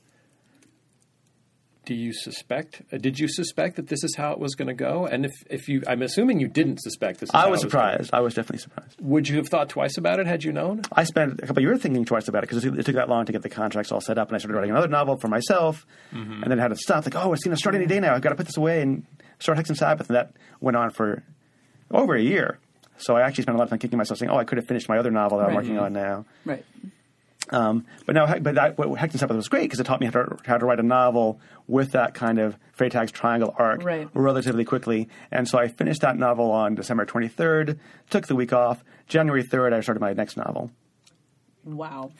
[SPEAKER 1] do you suspect? Uh, did you suspect that this is how it was going to go? And if if you, I'm assuming you didn't suspect this. Is
[SPEAKER 3] I
[SPEAKER 1] how
[SPEAKER 3] was
[SPEAKER 1] it gonna-
[SPEAKER 3] surprised. I was definitely surprised.
[SPEAKER 1] Would you have thought twice about it had you known?
[SPEAKER 3] I spent a couple of years thinking twice about it because it, took that long to get the contracts all set up, and I started writing another novel for myself,
[SPEAKER 4] Mm-hmm.
[SPEAKER 3] and then had to stop. Like, oh, it's going to start any day now. I've got to put this away and start Hex and Sabbath, and that went on for over a year. So I actually spent a lot of time kicking myself, saying, "Oh, I could have finished my other novel that I'm
[SPEAKER 4] Right.
[SPEAKER 3] working on now."
[SPEAKER 4] Right.
[SPEAKER 3] Um, but now, but that, what Hex and Sabbath was great because it taught me how to, how to write a novel with that kind of Freytag's triangle arc
[SPEAKER 4] Right.
[SPEAKER 3] relatively quickly. And so I finished that novel on December 23rd, took the week off. January 3rd, I started my next novel
[SPEAKER 4] Wow.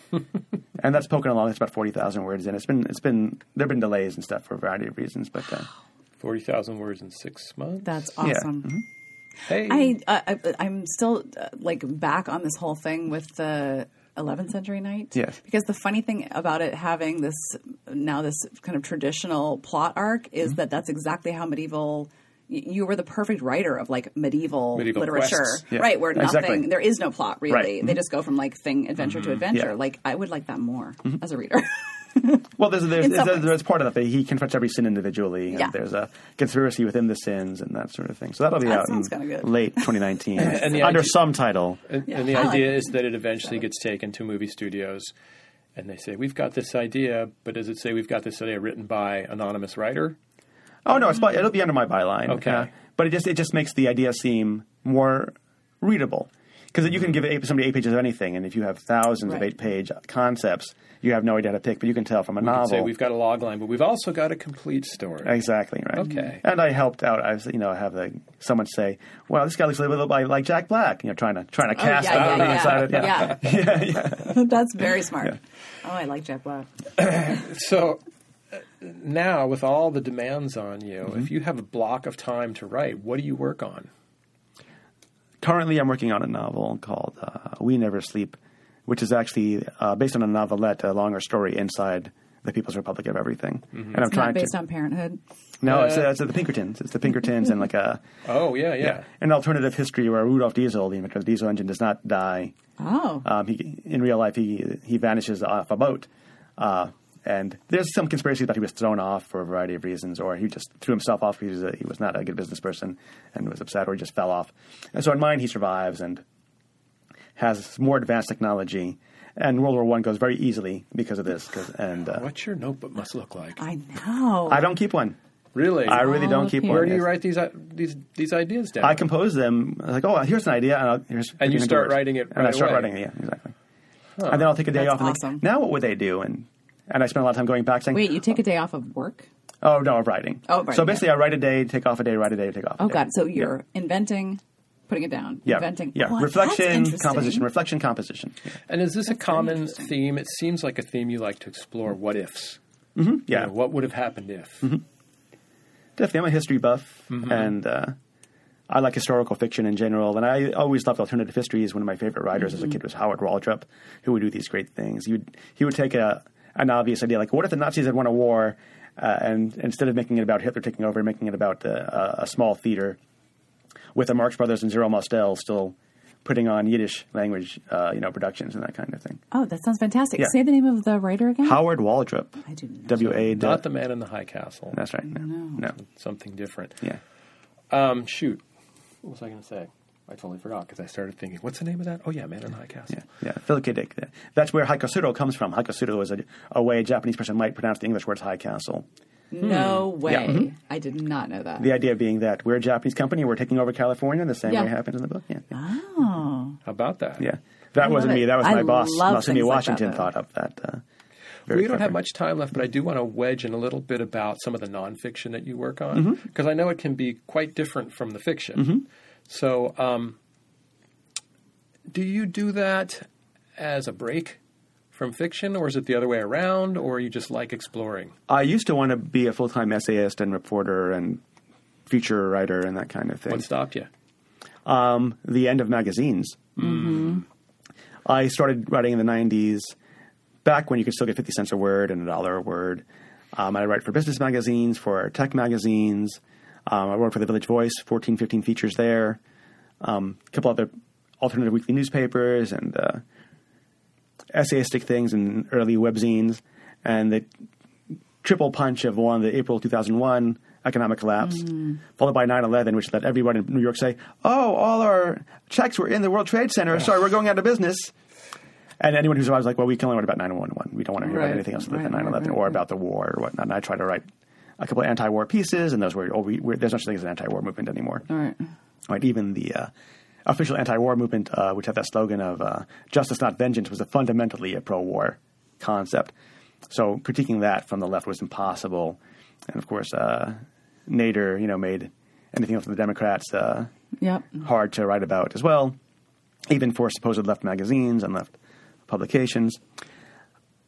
[SPEAKER 3] and that's poking along. It's about forty thousand words in. It's been it's been there've been delays and stuff for a variety of reasons, but uh,
[SPEAKER 1] Forty thousand words in six months.
[SPEAKER 4] That's awesome.
[SPEAKER 3] Mm-hmm.
[SPEAKER 1] hey,
[SPEAKER 4] I, uh, I I'm still uh, like back on this whole thing with the 11th century knight.
[SPEAKER 3] Yes.
[SPEAKER 4] Because the funny thing about it having this now this kind of traditional plot arc is
[SPEAKER 3] Mm-hmm.
[SPEAKER 4] that that's exactly how medieval. y- You were the perfect writer of like medieval,
[SPEAKER 1] Medieval
[SPEAKER 4] literature,
[SPEAKER 1] quests.
[SPEAKER 3] Yeah.
[SPEAKER 4] right? Where nothing,
[SPEAKER 3] Exactly.
[SPEAKER 4] there is no plot really.
[SPEAKER 3] Right. Mm-hmm.
[SPEAKER 4] They just go from like thing adventure to adventure.
[SPEAKER 3] Yeah. Mm-hmm.
[SPEAKER 4] Like I would like that more as a reader.
[SPEAKER 3] well, there's there's,
[SPEAKER 4] In some
[SPEAKER 3] there's,
[SPEAKER 4] ways.
[SPEAKER 3] there's part of that. He confronts every sin individually. And
[SPEAKER 4] Yeah.
[SPEAKER 3] There's a conspiracy within the sins and that sort of thing. So that'll be
[SPEAKER 4] That
[SPEAKER 3] out in
[SPEAKER 4] sounds kinda good.
[SPEAKER 3] late 2019
[SPEAKER 1] And the
[SPEAKER 3] under
[SPEAKER 1] idea-
[SPEAKER 3] some title.
[SPEAKER 1] and, and the
[SPEAKER 4] I like
[SPEAKER 1] idea
[SPEAKER 4] it.
[SPEAKER 1] is that it eventually gets taken to movie studios, and they say we've got this idea, but does it say we've got this idea written by anonymous writer?
[SPEAKER 3] Oh no, it's, by- it'll be under my byline.
[SPEAKER 1] Okay.
[SPEAKER 3] but it just it just makes the idea seem more readable because
[SPEAKER 1] Mm-hmm.
[SPEAKER 3] you can give eight, somebody eight pages of anything, and if you have thousands of
[SPEAKER 4] Right.
[SPEAKER 3] eight page concepts, you have no idea how to pick. But you can tell from a
[SPEAKER 1] could
[SPEAKER 3] novel.
[SPEAKER 1] say we've got a log line, but we've also got a complete story.
[SPEAKER 3] Exactly right.
[SPEAKER 1] Okay.
[SPEAKER 3] And I helped out. I was, you know, I have the, someone say, "Wow, this guy looks a little bit like, like Jack Black." You know, trying to trying to cast
[SPEAKER 4] Oh, yeah,
[SPEAKER 3] out
[SPEAKER 4] yeah,
[SPEAKER 3] the
[SPEAKER 4] yeah.
[SPEAKER 3] inside of-
[SPEAKER 4] Yeah. That's very smart. Oh, I like Jack Black.
[SPEAKER 1] So uh, now with all the demands on you,
[SPEAKER 3] Mm-hmm.
[SPEAKER 1] if you have a block of time to write, what do you work on?
[SPEAKER 3] Currently, I'm working on a novel called uh, We Never Sleep, which is actually uh, based on a novelette, a longer story inside the People's Republic of Everything. And I'm
[SPEAKER 4] Mm-hmm. Not
[SPEAKER 3] trying
[SPEAKER 4] based
[SPEAKER 3] to.
[SPEAKER 4] on Parenthood.
[SPEAKER 3] no, it's, uh, it's the Pinkertons. It's the Pinkertons and like a
[SPEAKER 1] Oh yeah, yeah.
[SPEAKER 3] an alternative history where Rudolf Diesel, the inventor of the diesel engine, does not die.
[SPEAKER 4] Oh,
[SPEAKER 3] Um, he, in real life, he he vanishes off a boat, uh, and there's some conspiracy that he was thrown off for a variety of reasons, or he just threw himself off because he was, a, he was not a good business person and was upset, or he just fell off. And so in mine, he survives and has more advanced technology. And World War One goes very easily because of this. 'cause- and uh,
[SPEAKER 1] What's your notebook must look like?
[SPEAKER 4] I know.
[SPEAKER 3] I don't keep one.
[SPEAKER 1] Really?
[SPEAKER 3] I really
[SPEAKER 4] All
[SPEAKER 3] don't
[SPEAKER 4] up
[SPEAKER 3] keep
[SPEAKER 4] here.
[SPEAKER 3] one.
[SPEAKER 1] Where do you
[SPEAKER 3] Yes.
[SPEAKER 1] write these i- these these ideas down?
[SPEAKER 3] I compose them. I was like, oh, here's an idea, and I'll, here's
[SPEAKER 1] And you
[SPEAKER 3] here's
[SPEAKER 1] start
[SPEAKER 3] words.
[SPEAKER 1] writing it
[SPEAKER 3] and I
[SPEAKER 1] right
[SPEAKER 3] start
[SPEAKER 1] away.
[SPEAKER 3] writing it. Yeah, exactly. And then I'll take a day
[SPEAKER 4] That's
[SPEAKER 3] off. And
[SPEAKER 4] awesome.
[SPEAKER 3] think, now what would they do? And and I spend a lot of time going back saying,
[SPEAKER 4] Wait, you take a day off of work?
[SPEAKER 3] oh no, of writing.
[SPEAKER 4] Oh, writing,
[SPEAKER 3] so basically, I write a day, take off a day, write a day, take off. a
[SPEAKER 4] Oh
[SPEAKER 3] day.
[SPEAKER 4] God! So you're inventing, putting it down,
[SPEAKER 3] yeah,
[SPEAKER 4] inventing,
[SPEAKER 3] yeah,
[SPEAKER 4] Wow, that's
[SPEAKER 3] reflection,
[SPEAKER 4] interesting.
[SPEAKER 3] composition, reflection, composition. Yeah,
[SPEAKER 1] and is this a common
[SPEAKER 4] interesting.
[SPEAKER 1] theme? It seems like a theme you like to explore. What ifs?
[SPEAKER 3] yeah.
[SPEAKER 1] You know, what would have happened if?
[SPEAKER 3] definitely. I'm a history buff,
[SPEAKER 1] Mm-hmm.
[SPEAKER 3] and uh, I like historical fiction in general. And I always loved alternative histories. One of my favorite writers as a
[SPEAKER 1] Mm-hmm.
[SPEAKER 3] kid was Howard Waltrip, who would do these great things. He would he would take a an obvious idea like, what if the Nazis had won a war, uh, and instead of making it about Hitler taking over, making it about uh, a, a small theater with the Marx Brothers and Zero Mostel still putting on Yiddish language, uh, you know, productions and that kind of thing.
[SPEAKER 4] Oh, that sounds fantastic!
[SPEAKER 3] Yeah.
[SPEAKER 4] Say the name of the writer again.
[SPEAKER 3] Howard Waldrop,
[SPEAKER 4] I do not.
[SPEAKER 3] W A.
[SPEAKER 1] Not the man in the high castle.
[SPEAKER 3] That's right. No, no,
[SPEAKER 1] Something different.
[SPEAKER 3] yeah.
[SPEAKER 1] Um, shoot. What was I going to say? I totally forgot because I started thinking, what's the name of that? Oh yeah, Man in the High Castle.
[SPEAKER 3] Yeah, yeah. Philip K. Dick. That's where Haikosudo comes from. Haikosudo is a, a way a Japanese person might pronounce the English words high castle.
[SPEAKER 4] No way!
[SPEAKER 3] Yeah. Mhm.
[SPEAKER 4] I did not know that.
[SPEAKER 3] The idea being that we're a Japanese company, we're taking over California, the same
[SPEAKER 4] Yeah.
[SPEAKER 3] way it happens in the book. Yeah, yeah.
[SPEAKER 4] Oh,
[SPEAKER 1] How about that?
[SPEAKER 3] yeah. That
[SPEAKER 4] love
[SPEAKER 3] wasn't
[SPEAKER 4] it.
[SPEAKER 3] me. That was
[SPEAKER 4] I
[SPEAKER 3] my boss,
[SPEAKER 4] love
[SPEAKER 3] Masumi
[SPEAKER 4] things like that,
[SPEAKER 3] Washington,
[SPEAKER 4] though.
[SPEAKER 3] thought up that. Uh, very
[SPEAKER 1] We don't have
[SPEAKER 3] clever.
[SPEAKER 1] much time left, but I do want to wedge in a little bit about some of the nonfiction that you work on
[SPEAKER 3] Mm-hmm.
[SPEAKER 1] because I know it can be quite different from the fiction. So, um, do you do that as a break from fiction, or is it the other way around, or you just like exploring?
[SPEAKER 3] I used to want to be a full time essayist and reporter and feature writer and that kind of thing.
[SPEAKER 1] What stopped you?
[SPEAKER 3] the end of magazines. Mm-hmm. I started writing in the 90s, back when you could still get 50 cents a word and a dollar a word. Um, I write for business magazines, for tech magazines. Um, I wrote for the Village Voice, 14, 15 features there, um, a couple other alternative weekly newspapers and uh, essayistic things and early webzines. And the triple punch of one, the April 2001 economic collapse,
[SPEAKER 4] Mm.
[SPEAKER 3] followed by 9 11, which let everyone in New York say, oh, all our checks were in the World Trade Center. Sorry, we're going out of business. And anyone who survives, like, well, we can only write about 911. We don't want to hear
[SPEAKER 4] Right.
[SPEAKER 3] about anything else
[SPEAKER 4] Right,
[SPEAKER 3] than 9
[SPEAKER 4] right,
[SPEAKER 3] 11
[SPEAKER 4] right,
[SPEAKER 3] or
[SPEAKER 4] right.
[SPEAKER 3] about the war or whatnot. And I try to write a couple of anti war pieces, and those were, oh, we, we're, there's no such thing as an anti war movement anymore.
[SPEAKER 4] all right.
[SPEAKER 3] Right, even the uh, official anti-war movement, uh, which had that slogan of uh, "justice, not vengeance," was a fundamentally a pro-war concept. So critiquing that from the left was impossible. And of course, uh, Nader, you know, made anything else from the Democrats uh,
[SPEAKER 4] Yep.
[SPEAKER 3] hard to write about as well, even for supposed left magazines and left publications.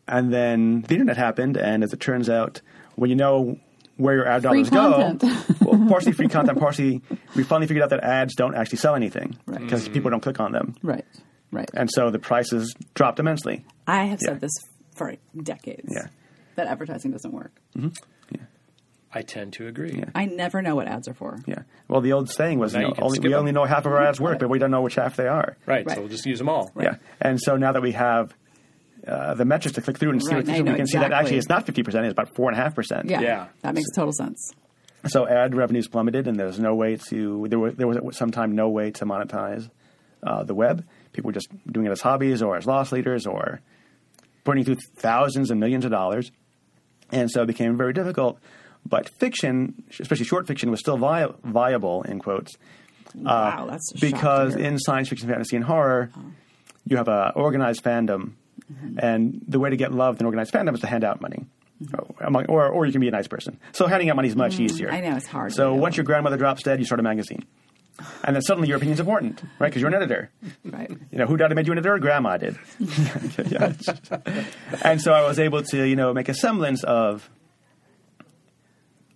[SPEAKER 3] And then the internet happened, and as it turns out, when you know where your ad dollars go,
[SPEAKER 4] content.
[SPEAKER 3] well, partially free content, partially we finally figured out that ads don't actually sell anything because people don't click on them,
[SPEAKER 4] Right. Right.
[SPEAKER 3] and so the prices dropped immensely.
[SPEAKER 4] I have said
[SPEAKER 3] Uh, Yeah.
[SPEAKER 4] this for decades.
[SPEAKER 3] Yeah.
[SPEAKER 4] That advertising doesn't work.
[SPEAKER 1] I tend to agree.
[SPEAKER 3] Yeah.
[SPEAKER 4] I never know what ads are for.
[SPEAKER 3] Yeah. Well, the old saying was,
[SPEAKER 1] Now
[SPEAKER 3] you know,
[SPEAKER 1] you can
[SPEAKER 3] only,
[SPEAKER 1] skip
[SPEAKER 3] we only
[SPEAKER 1] them.
[SPEAKER 3] know half of our ads work, but we don't know which half they are.
[SPEAKER 1] Right,
[SPEAKER 4] Right.
[SPEAKER 1] so we'll just use them all.
[SPEAKER 3] Yeah. And so now that we have uh, the metrics to click through and see
[SPEAKER 4] Right,
[SPEAKER 3] what
[SPEAKER 4] now
[SPEAKER 3] we
[SPEAKER 4] you
[SPEAKER 3] can
[SPEAKER 4] know
[SPEAKER 3] see that actually
[SPEAKER 4] exactly.
[SPEAKER 3] it's not 50%, it's about 4.5%.
[SPEAKER 4] Yeah.
[SPEAKER 1] Yeah.
[SPEAKER 4] That makes total sense.
[SPEAKER 3] So ad revenues plummeted, and there's no way to there was there was at some time no way to monetize uh, the web. People were just doing it as hobbies or as loss leaders or burning through thousands and millions of dollars, and so it became very difficult. But fiction, especially short fiction, was still vi- viable in quotes
[SPEAKER 4] wow. That's a shock to
[SPEAKER 3] Uh, because
[SPEAKER 4] hear.
[SPEAKER 3] in science fiction, fantasy, and horror,
[SPEAKER 4] Oh.
[SPEAKER 3] you have a organized fandom,
[SPEAKER 4] Mm-hmm.
[SPEAKER 3] and the way to get loved in organized fandom is to hand out money. Or- among- Or, or you can be a nice person. So handing out money is much easier.
[SPEAKER 4] Mm, I know, it's hard
[SPEAKER 3] So
[SPEAKER 4] to do.
[SPEAKER 3] once your grandmother drops dead, you start a magazine, and then suddenly your opinion's important, right? Because you're an editor.
[SPEAKER 4] right.
[SPEAKER 3] You know who died and made you an editor? Grandma did. Yeah. and so I was able to, you know, make a semblance of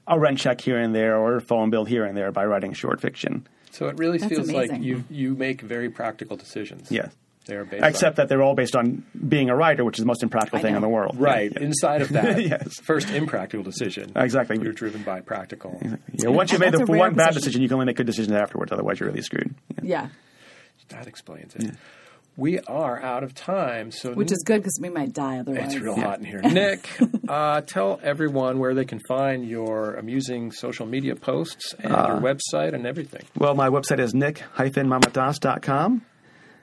[SPEAKER 3] a rent check here and there or a phone bill here and there by writing short fiction.
[SPEAKER 1] So it really
[SPEAKER 2] That's
[SPEAKER 1] feels like
[SPEAKER 2] amazing.
[SPEAKER 1] you you make very practical decisions.
[SPEAKER 3] Yes.
[SPEAKER 1] They are based
[SPEAKER 3] Except
[SPEAKER 1] on-
[SPEAKER 3] that they're all based on being a writer, which is the most impractical
[SPEAKER 2] I
[SPEAKER 3] thing in
[SPEAKER 2] know.
[SPEAKER 3] the world.
[SPEAKER 1] right
[SPEAKER 3] Yeah.
[SPEAKER 1] inside of that
[SPEAKER 3] Yes.
[SPEAKER 1] first impractical decision.
[SPEAKER 3] Exactly.
[SPEAKER 1] You're driven by practical.
[SPEAKER 3] Yeah, once you
[SPEAKER 2] And
[SPEAKER 3] made the
[SPEAKER 2] that's a rare
[SPEAKER 3] one bad
[SPEAKER 2] decision.
[SPEAKER 3] decision, you can only make good decisions afterwards. Otherwise, you're really screwed.
[SPEAKER 2] Yeah.
[SPEAKER 1] That explains it. We are out of time, so
[SPEAKER 2] Which is good because we might die otherwise.
[SPEAKER 1] It's real hot in here. Nick, uh, tell everyone where they can find your amusing social media posts and
[SPEAKER 3] Ah.
[SPEAKER 1] your website and everything.
[SPEAKER 3] Well, my website is nick-mamadas.com.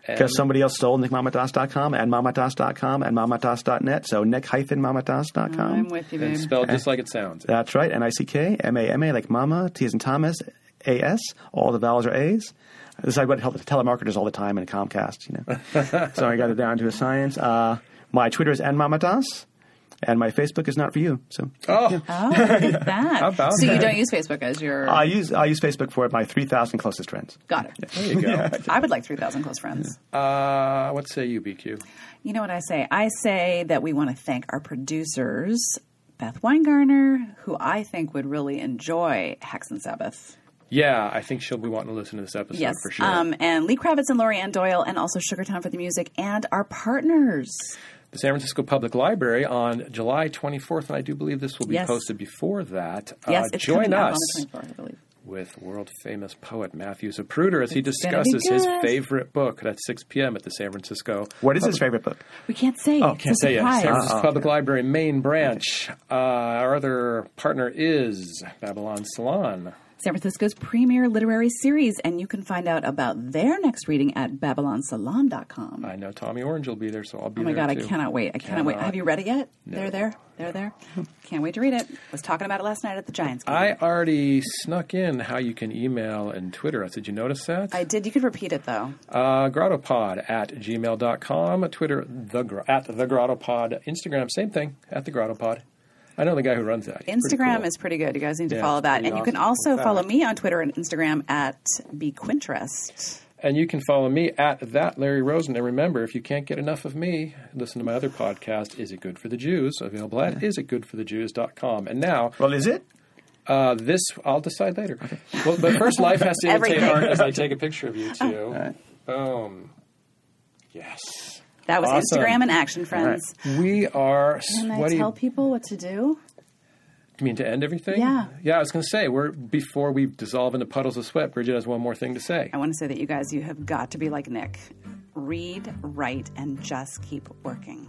[SPEAKER 3] Because somebody else stole nickmamadas.com and mamadas.com and mamadas.net. So
[SPEAKER 2] I'm
[SPEAKER 3] nick-mamadas.com.
[SPEAKER 2] with you,
[SPEAKER 1] And
[SPEAKER 2] babe.
[SPEAKER 1] spelled just like it sounds.
[SPEAKER 3] That's right. N-I-C-K, M-A-M-A, like mama, T as in Thomas, A-S. All the vowels are A's. This I would help the telemarketers all the time in Comcast, you know. so I got it down to a science. Uh, my Twitter is nmamadas. And my Facebook is not for you. So
[SPEAKER 1] Oh,
[SPEAKER 2] Oh, look at that.
[SPEAKER 1] about
[SPEAKER 2] so you
[SPEAKER 1] that?
[SPEAKER 2] don't use Facebook as your.
[SPEAKER 3] I use I use Facebook for my 3,000 closest friends.
[SPEAKER 2] got it.
[SPEAKER 1] there you go.
[SPEAKER 2] I would like 3,000 close friends.
[SPEAKER 1] Uh, what say you, BQ?
[SPEAKER 2] You know what I say? I say that we want to thank our producers, Beth Weingarner, who I think would really enjoy Hex and Sabbath.
[SPEAKER 1] Yeah, I think she'll be wanting to listen to this episode
[SPEAKER 2] Yes,
[SPEAKER 1] for sure.
[SPEAKER 2] um, and Lee Kravitz and Lori Ann Doyle, and also Sugartown for the music, and our partners.
[SPEAKER 1] the San Francisco Public Library on July 24th, and I do believe this will be
[SPEAKER 2] Yes.
[SPEAKER 1] posted before that.
[SPEAKER 2] Yes,
[SPEAKER 1] uh,
[SPEAKER 2] it's
[SPEAKER 1] join
[SPEAKER 2] coming up
[SPEAKER 1] us
[SPEAKER 2] on the 24th, I believe.
[SPEAKER 1] with world famous poet Matthew Zapruder as he
[SPEAKER 2] gonna be
[SPEAKER 1] discusses his
[SPEAKER 2] good.
[SPEAKER 1] favorite book. That's 6 p.m. at the San Francisco.
[SPEAKER 3] What is his favorite book?
[SPEAKER 2] We can't say. Oh,
[SPEAKER 1] Can't say Uh-uh. yes. San Francisco
[SPEAKER 3] Oh, okay.
[SPEAKER 1] Public Library main branch. Uh, our other partner is Babylon Salon.
[SPEAKER 2] San Francisco's premier literary series, and you can find out about their next reading at babylonsalon.com.
[SPEAKER 1] I know Tommy Orange will be there, so I'll be
[SPEAKER 2] Oh
[SPEAKER 1] there.
[SPEAKER 2] my God, I
[SPEAKER 1] too.
[SPEAKER 2] cannot wait. I cannot, wait.
[SPEAKER 1] Cannot.
[SPEAKER 2] Have you read it yet? They're there. They're there. Can't wait to read it. I was talking about it last night at the Giants. game.
[SPEAKER 1] I already snuck in how you can email and Twitter us. Did you notice that?
[SPEAKER 2] I did. You could repeat it, though.
[SPEAKER 1] Uh, grottopod at gmail.com, Twitter the, gr- at the grottopod, Instagram, same thing, at the grottopod. I know the guy who runs that. He's pretty
[SPEAKER 2] Instagram
[SPEAKER 1] cool.
[SPEAKER 2] is pretty good. You guys need to
[SPEAKER 1] Yeah,
[SPEAKER 2] follow
[SPEAKER 1] it's
[SPEAKER 2] that.
[SPEAKER 1] pretty
[SPEAKER 2] And you can
[SPEAKER 1] awesome.
[SPEAKER 2] also
[SPEAKER 1] In fact-
[SPEAKER 2] follow me on Twitter and Instagram at BeQuinterest.
[SPEAKER 1] And you can follow me at that Larry Rosen. And remember, if you can't get enough of me, listen to my other podcast, Is It Good for the Jews? Available at isitgoodforthejews.com. And now,
[SPEAKER 3] Well, is it?
[SPEAKER 1] uh, this, I'll decide later. Well, but first, life has to imitate
[SPEAKER 2] Everything. Oh.
[SPEAKER 1] art as I take a picture of you two. Boom. Yes.
[SPEAKER 2] That was
[SPEAKER 1] Awesome.
[SPEAKER 2] Instagram in action, friends.
[SPEAKER 1] We are
[SPEAKER 2] Can I
[SPEAKER 1] sweaty.
[SPEAKER 2] tell people what to do?
[SPEAKER 1] You mean to end everything?
[SPEAKER 2] Yeah.
[SPEAKER 1] Yeah, I was going to say we're before we dissolve into puddles of sweat. Bridget has one more thing to say.
[SPEAKER 2] I want to say that you guys, you have got to be like Nick. Read, write, and just keep working.